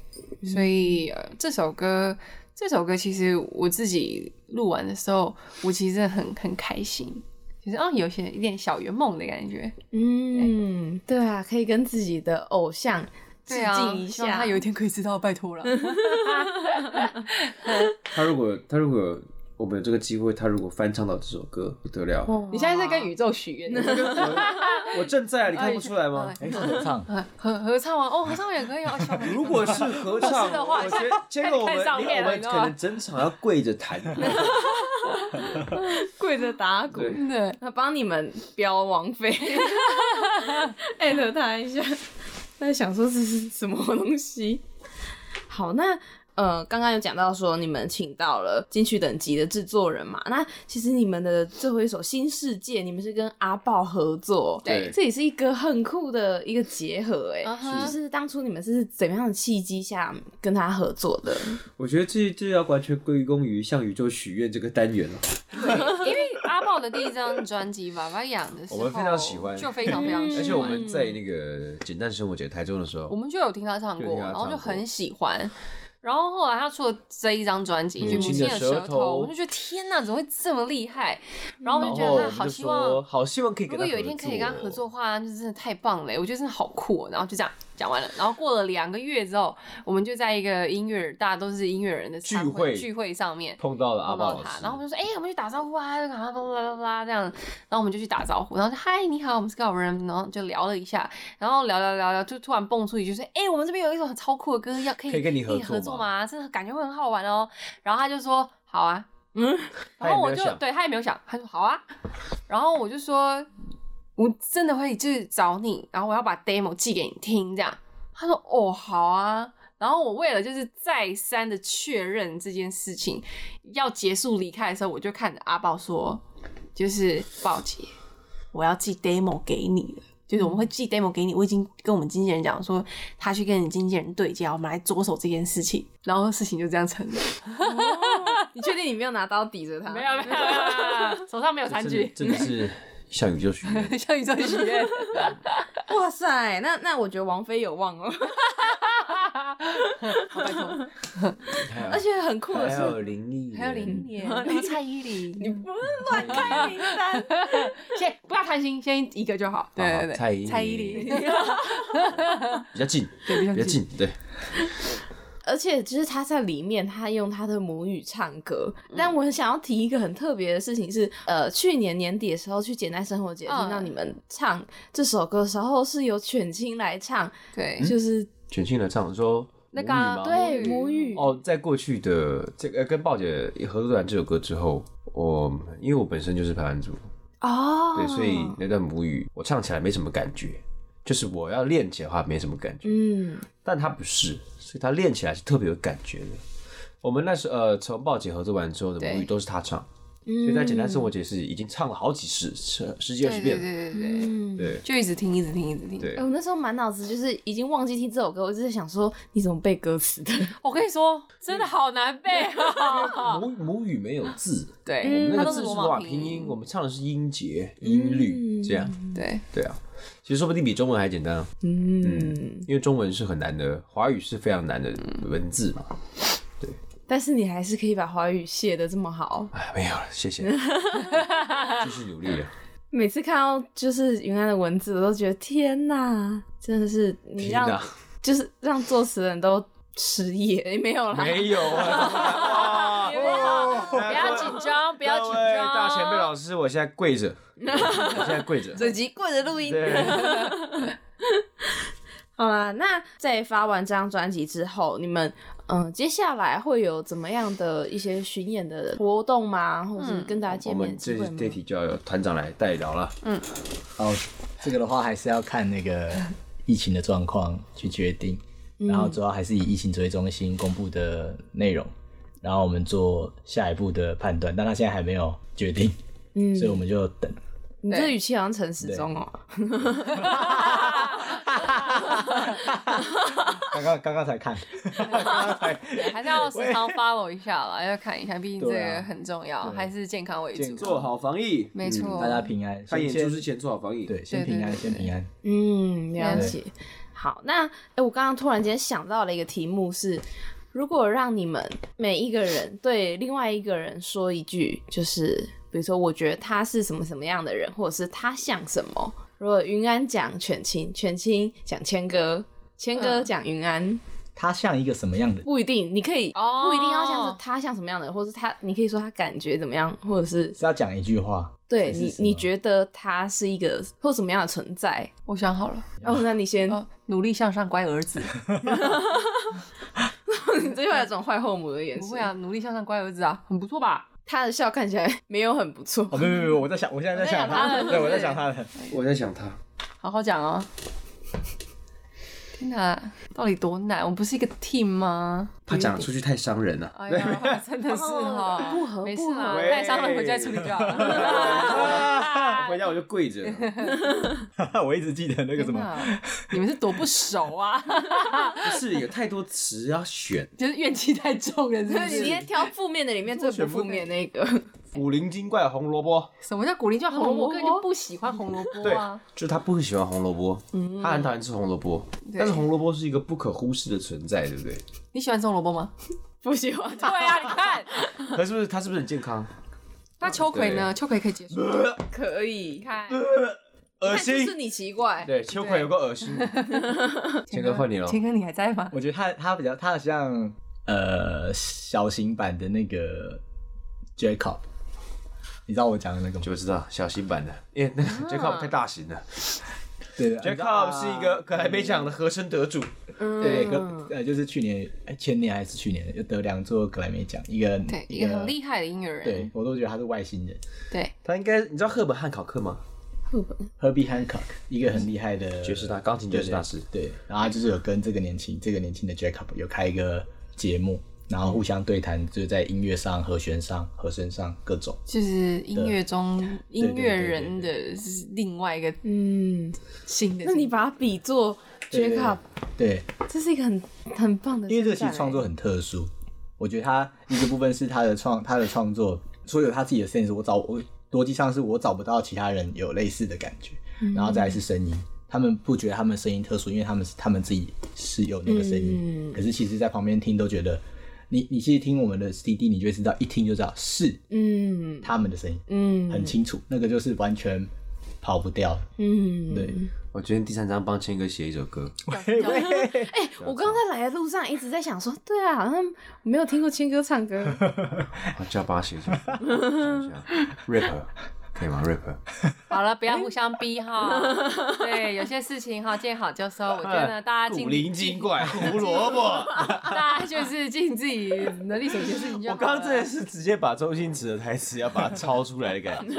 C: 所以、呃、这首歌，这首歌其实我自己录完的时候，我其实很很开心，就是啊、有些一点小圆梦的感觉，
A: 嗯，对啊，可以跟自己的偶像致
C: 对啊，
A: 敬一
C: 希望
A: 下。
C: 他有一天可以知道，拜托 了。
B: 他如果他如果我们有这个机会，他如果翻唱到这首歌，不得了。
A: 哇
C: 你现在在跟宇宙许愿，
B: 我正在啊，你看不出来吗？
D: 哎，是合唱，
C: 合合唱完哦，合唱也可以 哦。希望你
B: 如果是合唱，
C: 是的话
B: 我 觉得这个我们
C: 看上面
B: 我
C: 了
B: 们
C: 你知道
B: 可
C: 吗
B: 能整场要跪着弹。
A: 跪着打鼓，
B: 对，
C: 真的
A: 那帮你们标王 菲，艾特他一下。在想说这是什么东西？好，那呃，刚刚有讲到说你们请到了金曲等级的制作人嘛，那其实你们的最后一首《新世界》，你们是跟阿豹合作，
B: 对
A: 这也是一个很酷的一个结合、哎、
C: 啊哈
A: 就是当初你们是怎么样的契机下跟他合作的？
B: 我觉得这这要完全归功于向宇宙许愿这个单元了。
C: 因为阿豹的第一张专辑《娃娃养》的时候，
B: 我们非常喜欢
C: 就非常非常喜欢，
B: 而且我们在那个简单生活节台中的时
C: 嗯我
B: 候，
C: 们就有听他唱
B: 就
C: 过，
B: 听他
C: 然
B: 唱过
C: 后就很喜欢。然后后来他出了这一张专辑，就《
B: 母
C: 母
B: 亲
C: 亲
B: 的
C: 的
B: 舌
C: 舌
B: 头嗯
C: 头》，我就觉得天哪，怎么会这么厉害？然后我
B: 然
C: 就觉
B: 后
C: 得
B: 我
C: 他好
B: 们就
C: 希望
B: 说，好希望可以
C: 如
B: 跟
C: 果
B: 他
C: 有一天可以跟他合作的话，那就真的太棒了！我觉得真的好酷、哦。然后就这样讲完了。然后过了两个月之后，我们就在一个音乐大家都是音乐人的餐
B: 聚会
C: 聚会上面
B: 碰到了阿啊
C: 碰
B: 豹
C: 到
B: 老
C: 他
B: 师，，
C: 然后我们就说，哎、我们去打招呼啊，就然后巴拉巴拉巴拉这样，然后我们就去打招呼，然后就嗨，你好，我们是告人，然后就聊了一下，然后聊聊聊聊，就突然蹦出一句说，哎、我们这边有一首很超酷的歌，要可以哎
B: 可以跟你合作吗
C: 吗？真的感觉会很好玩哦。然后他就说，好啊。然后我
B: 嗯他也没有
C: 就
B: 想
C: 对他也没有想，他说好啊，然后我就说，我真的会就是找你，然后我要把 demo 寄给你听，这样。他说哦，好啊。然后我为了就是再三的确认这件事情要结束离开的时候，我就看着阿豹说，就是豹姐，我要寄 demo 给你了。就是我们会寄 demo 给你，我已经跟我们经纪人讲说，他去跟你经纪人对接，我们来着手这件事情，然后事情就这样成了。
A: 你确定你没有拿刀抵着他？
C: 没有没有啊没有没有没有，手上没有残 局，
B: 真的真的是向宇宙许 愿。
C: 像宇宙许愿。
A: 有。哇塞，那那我觉得王菲有望
B: 啊
A: 哦，
C: 好拜托，
A: 而且很酷的
B: 还有
A: 是，
B: 林忆，
C: 还有 零，年，蔡依林，
A: 你不是乱开名单。
C: 先不要贪心，先一个就好。对对对，
B: 啊蔡依林
C: 蔡依林，
B: 比较近，
C: 对，比较
B: 比较
C: 近。
B: 近，对。
A: 而且就是他在里面，他用他的母语唱歌。但我很想要提一个很特别的事情是，呃，去年年底的时候去简单生活节
C: 嗯
A: 听到你们唱这首歌的时候，是由犬青来唱，
C: 对，
A: 就是
B: 全庆来唱说
C: 那个
B: 母语
C: 啊
B: 吗
A: 对母
C: 母
A: 语
C: 语
B: 哦，在过去的这个呃跟鲍姐合作完这首歌之后，我因为我本身就是排湾族，
A: 哦
B: 对，所以那段母语我唱起来没什么感觉，就是我要练起来的话没什么感觉，
A: 嗯，
B: 但他不是，所以他练起来是特别有感觉的。我们那时候呃，从鲍姐合作完之后的母语
C: 对嗯
B: 都是他唱，
A: 所
B: 所以在简单生活节是已经唱了好几十十十几二十
C: 对对
B: 遍了，
C: 对对对，
A: 嗯，
B: 对
C: 就一直听，一直听，一直听。
B: 对
A: 哎我那时候满脑子就是已经忘记听这首歌，我就在想说你怎么背歌词的？
C: 我跟你说，真的好难背啊。
B: 母母语没有字，我
C: 对，
B: 们
C: 它
B: 那个
C: 都
B: 字
C: 是
B: 是
C: 罗
B: 罗马
C: 马
B: 拼音，
C: 音嗯
B: 我。们唱的是音节、音律这样。
C: 对，
B: 对啊，其实说不定比中文还简单啊，
A: 嗯，
B: 因为中文是很难的，华语是非常难的文字嘛。
A: 但是你还是可以把华语写的这么好。
B: 哎，没有了，谢谢，继续努力了。
A: 每次看到就是云安的文字，我都觉得天哪，真的是你
B: 天
A: 让
B: 哪，
A: 就是让作词人都失业，诶没有啦，
B: 没有 啊！
C: 不要不要紧张，不要紧
B: 各位
C: 张。
B: 哎大前辈老师，我现在跪着，我现在跪着。
A: 整集跪着录音。
B: 对，
A: 好啦，那在发完这张专辑之后，你们嗯、呃接下来会有怎么样的一些巡演的活动吗？或者是跟大家
B: 我
A: 见面
B: 们
A: 的机
B: 这
A: 会吗？
B: 这题就要由团长来代聊了。
D: 哦，这个的话还是要看那 个疫情的状况去决定，
C: 嗯
D: 然后主要还是以疫情指挥中心公布的内容，然后我们做下一步的判断。但他现在还没有决定，
A: 嗯
D: 所以我们就等。
A: 你这语气好像陈时中哦、
D: 刚刚刚刚才看，刚刚才
C: 还是要时常 follow 一下啦，要看一下，毕竟这
D: 对啊
C: 个很重要，
D: 对
C: 还是健康为主。
B: 做好防疫，
C: 没错
B: 嗯
D: 大家平安，
B: 看
D: 先
B: 演出之
D: 先
B: 前做好防疫。
D: 对，先平
C: 对
D: 安，
C: 对
D: 先平安。
A: 嗯，了
C: 了
A: 解。好，那哎、诶我刚刚突然间想到了一个题目是，如果让你们每一个人对另外一个人说一句，就是比如说，我觉得他是什么什么样的人，或者是他像什么。如果云安讲犬青，犬青讲谦哥，谦哥讲云安，
D: 他像一个什么样的？
A: 不一定，你可以、
C: 哦
A: 不一定要像是他像什么样的人，或者是他，你可以说他感觉怎么样，或者是
D: 是要讲一句话，
A: 对
D: 还是
A: 你
D: 什么
A: 你觉得他是一个或什么样的存在？
C: 我想好了，
A: 哦，那你
D: 嗯
A: 先，
C: 哦，努力向上，乖儿 子。
A: 你这又有种坏后母的眼
C: 不
A: 神。
C: 会啊，努力向上，乖儿子啊，很不错吧？
A: 他的笑看起来没有很不错
D: 哦，。没有没有没有，我在想，我现在在想
C: 我在
D: 他，
C: 想他的
D: 对，
C: 是不
D: 我
C: 是
D: 在想他的。
B: 我在想他，
C: 好好讲哦。天哪，到底多难？我们不是一个 team 吗？
B: 他讲得出去太伤人了。
C: 哎呀，真的是哈、
A: 不合
C: 没事
A: 不
C: 啦
A: 合，
C: 太伤了，回家处理掉
B: 我
C: 了。
B: 回家我就跪着，
D: 我一直记得那个什
C: 天
D: 么，
C: 哪你们是多不熟啊？
B: 不是有太多词要选，
C: 就是怨气太重了，是不
A: 你
C: 是？
A: 先挑负面的里面最不负面那 个，
B: 古灵精怪红萝卜，
C: 什么叫古灵就红
A: 红
C: 萝卜？
A: 萝卜
C: 我根本就不喜欢红萝卜
B: 对
C: 啊。，
B: 就是他不喜欢红萝卜，
A: 嗯
B: 他很讨厌吃红萝卜，
C: 对
B: 但是红萝卜是一个不可忽视的存在，对不对？
C: 你喜欢吃红萝卜吗？
A: 不喜欢
C: 对啊，你看，
B: 可是不是它是不是很健康？
C: 那秋葵呢？秋葵可以接受。
A: 可以
C: 你。看，
B: 恶
A: 看就
B: 心
A: 是，你奇怪，
B: 对，秋葵有个恶心。钱哥换你了，
C: 天哥你还在吗？
D: 我觉得他他比较他像呃小型版的那个 Jacob，你知道我讲的那个吗？
A: 啊
B: 就知道小型版的，因为那个 Jacob 太大型了，
D: 对的
B: Jacob 是一个格莱美奖的和声得主，
A: 嗯
D: 啊对，格呃就是去年哎前年还是去年有得两座格莱美奖，一个
C: 对，一个很厉害的音乐人，
D: 对我都觉得他是外星人
C: 对
B: 他应该你知道赫本汉考克吗？
A: 赫本
D: Herbie Hancock，一个很厉害的
B: 爵士大钢琴爵士大师
D: 对，对然后他就是有跟这个年轻这个年轻的 Jacob 有开一个节目，然后互相对谈，就是在音乐上、和弦上、和声上各种。
C: 就是音乐中音乐人
D: 对
C: 的就是另外一个
A: 嗯，
C: 新的。
A: 那你把它比作 Jacob，
D: 对，
A: 这是一个很很棒的，欸
D: 因为这个其实创作，很特殊，我觉得他一个部分是他的创他的创作，所有他自己的 sense，我找我逻辑上是我找不到其他人有类似的感觉，
A: 嗯
D: 然后再来是声音。他们不觉得他们声音特殊，因为他们是他们自己是有那个声音，
A: 嗯
D: 可是其实，在旁边听都觉得，你你其实听我们的 CD，你就会知道，一听就知道是
A: 嗯
D: 他们的声音，
A: 嗯，
D: 很清楚，那个就是完全跑不掉。
A: 嗯，
D: 对，
B: 我决定第三章帮谦哥写一首歌，
A: 哎、我刚在来的路上一直在想说，对啊，好像没有听过谦哥唱歌，
B: 我叫啊帮他写一 首歌想一下，rap 可以吗？rap
C: 好了，不要互相逼哈。对，有些事情哈，见好就收。我觉得呢大家尽
B: 古灵精怪胡萝卜。
C: 大家就是尽自己能力所及的事情就
B: 我
C: 好了。
B: 刚刚真的是直接把周星驰的台词要把它抄出来的感 觉。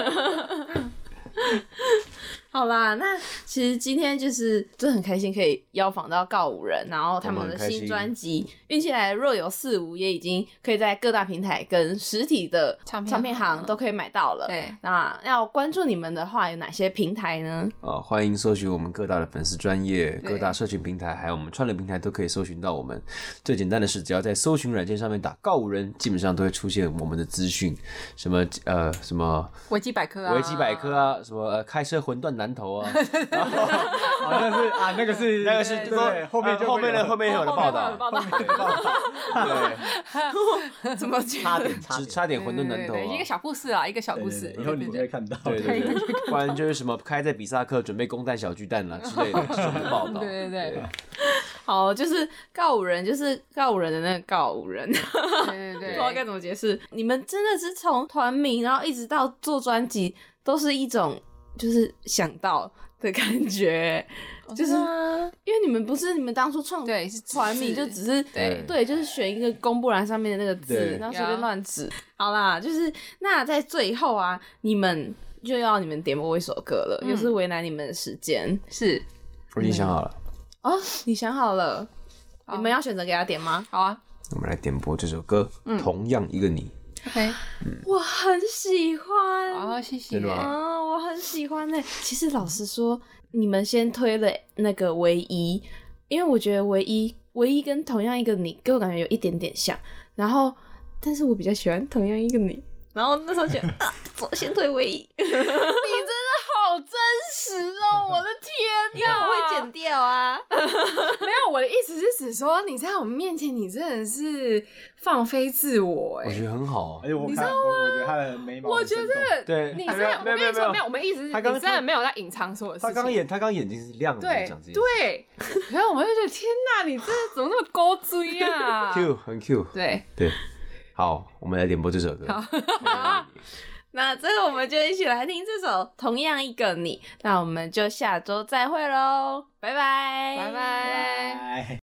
A: 好啦，那其实今天就是真的很开心，可以邀访到告五人，然后他们
B: 我
A: 的
B: 们很开
A: 新
B: 心
A: 专辑《运气来的若有似无》也已经可以在各大平台跟实体的
C: 唱片
A: 唱片行
C: 行
A: 都可以买到了。
C: 对
A: 那要关注你们的话，有哪些平台呢？
B: 啊，欢迎搜寻我们各大的粉丝专业、
C: 对
B: 各大社群平台，还有我们串流平台都可以搜寻到我们。最简单的是，只要在搜寻软件上面打“告五人”，基本上都会出现我们的资讯，什么呃什么
C: 维基百科啊，
B: 维基百科啊，什么、呃、开车魂断南头啊，
D: 好像是啊，那个是
B: 那个是
D: 对后面
B: 呃后面的后面有的报道，
C: 报道，
B: 对，
A: 怎么讲？
D: 差点差
B: 只
D: 点
B: 差点魂
C: 对
B: 断南
C: 对
B: 头
C: 对，一个
B: 啊。
C: 小故事啊，一个小
D: 对
C: 故
D: 对
C: 事
D: 对。以后你
C: 对对
D: 们就
C: 对
D: 会看到。
B: 对对对，不然就是什么开在比萨克准备攻占小巨蛋啦之 类的这种报道。
C: 对对对
A: 好，就是告五人，就是告五人的那个告五人。
C: 对对
A: 不知道该
C: 对，
A: 怎么解释。你们真的是从团名，然后一直到做专辑，都是一种就是想到的感觉，
C: 哦
A: 就是因为你们不是你们当初创
C: 对是
A: 团名就只是
B: 对
A: 对，就是选一个公布栏上面的那个字
B: 对，
A: 然后随便乱指。好啦，就是那在最后啊，你们就要你们点播一首歌了，
C: 嗯
A: 又是为难你们的时间
C: 是
B: 我已经想好了，
A: 哦。你想好了，
C: 好
A: 你们要选择给他点吗？
C: 好啊
B: 我们来点播这首歌，
C: 嗯
B: 同样一个你。
C: ，OK，
A: 我很喜欢
C: 好，谢谢
B: 真。的吗
A: 啊，我很喜欢呢、其实老实说，你们先推了那个唯一，因为我觉得唯一唯一跟同样一个你给我感觉有一点点像，然后但是我比较喜欢同样一个你。然后那时候觉得，啊，我先推唯一， 你真的好真实 哦！我的天呀，我会剪掉啊。
C: 没有，我的意思是指说，你在我们面前，你真的是放飞自我、
B: 我
C: 哎，
B: 觉得很好啊
D: 而。且我看我我觉得他的眉毛，
C: 我觉得
B: 对
C: 你
B: 还
C: 真
B: 没有
C: 的，我跟
B: 没有
C: 你
B: 没有
C: 说，没有，我们意思是，
B: 他刚
C: 你真的没有在隐藏所有事情。
B: 他刚眼，他刚眼睛是亮的，
C: 对
B: 讲这件事
C: 对，然后我们就觉得，天哪，你这怎么那么高追 啊？
B: ，Q 很 Q，
C: 对，
B: 对，好，我们来点播这首歌。
A: 那最后我们就一起来听这首《同样一个你》，那我们就下周再会喽，拜拜，
C: 拜拜。
D: 哎。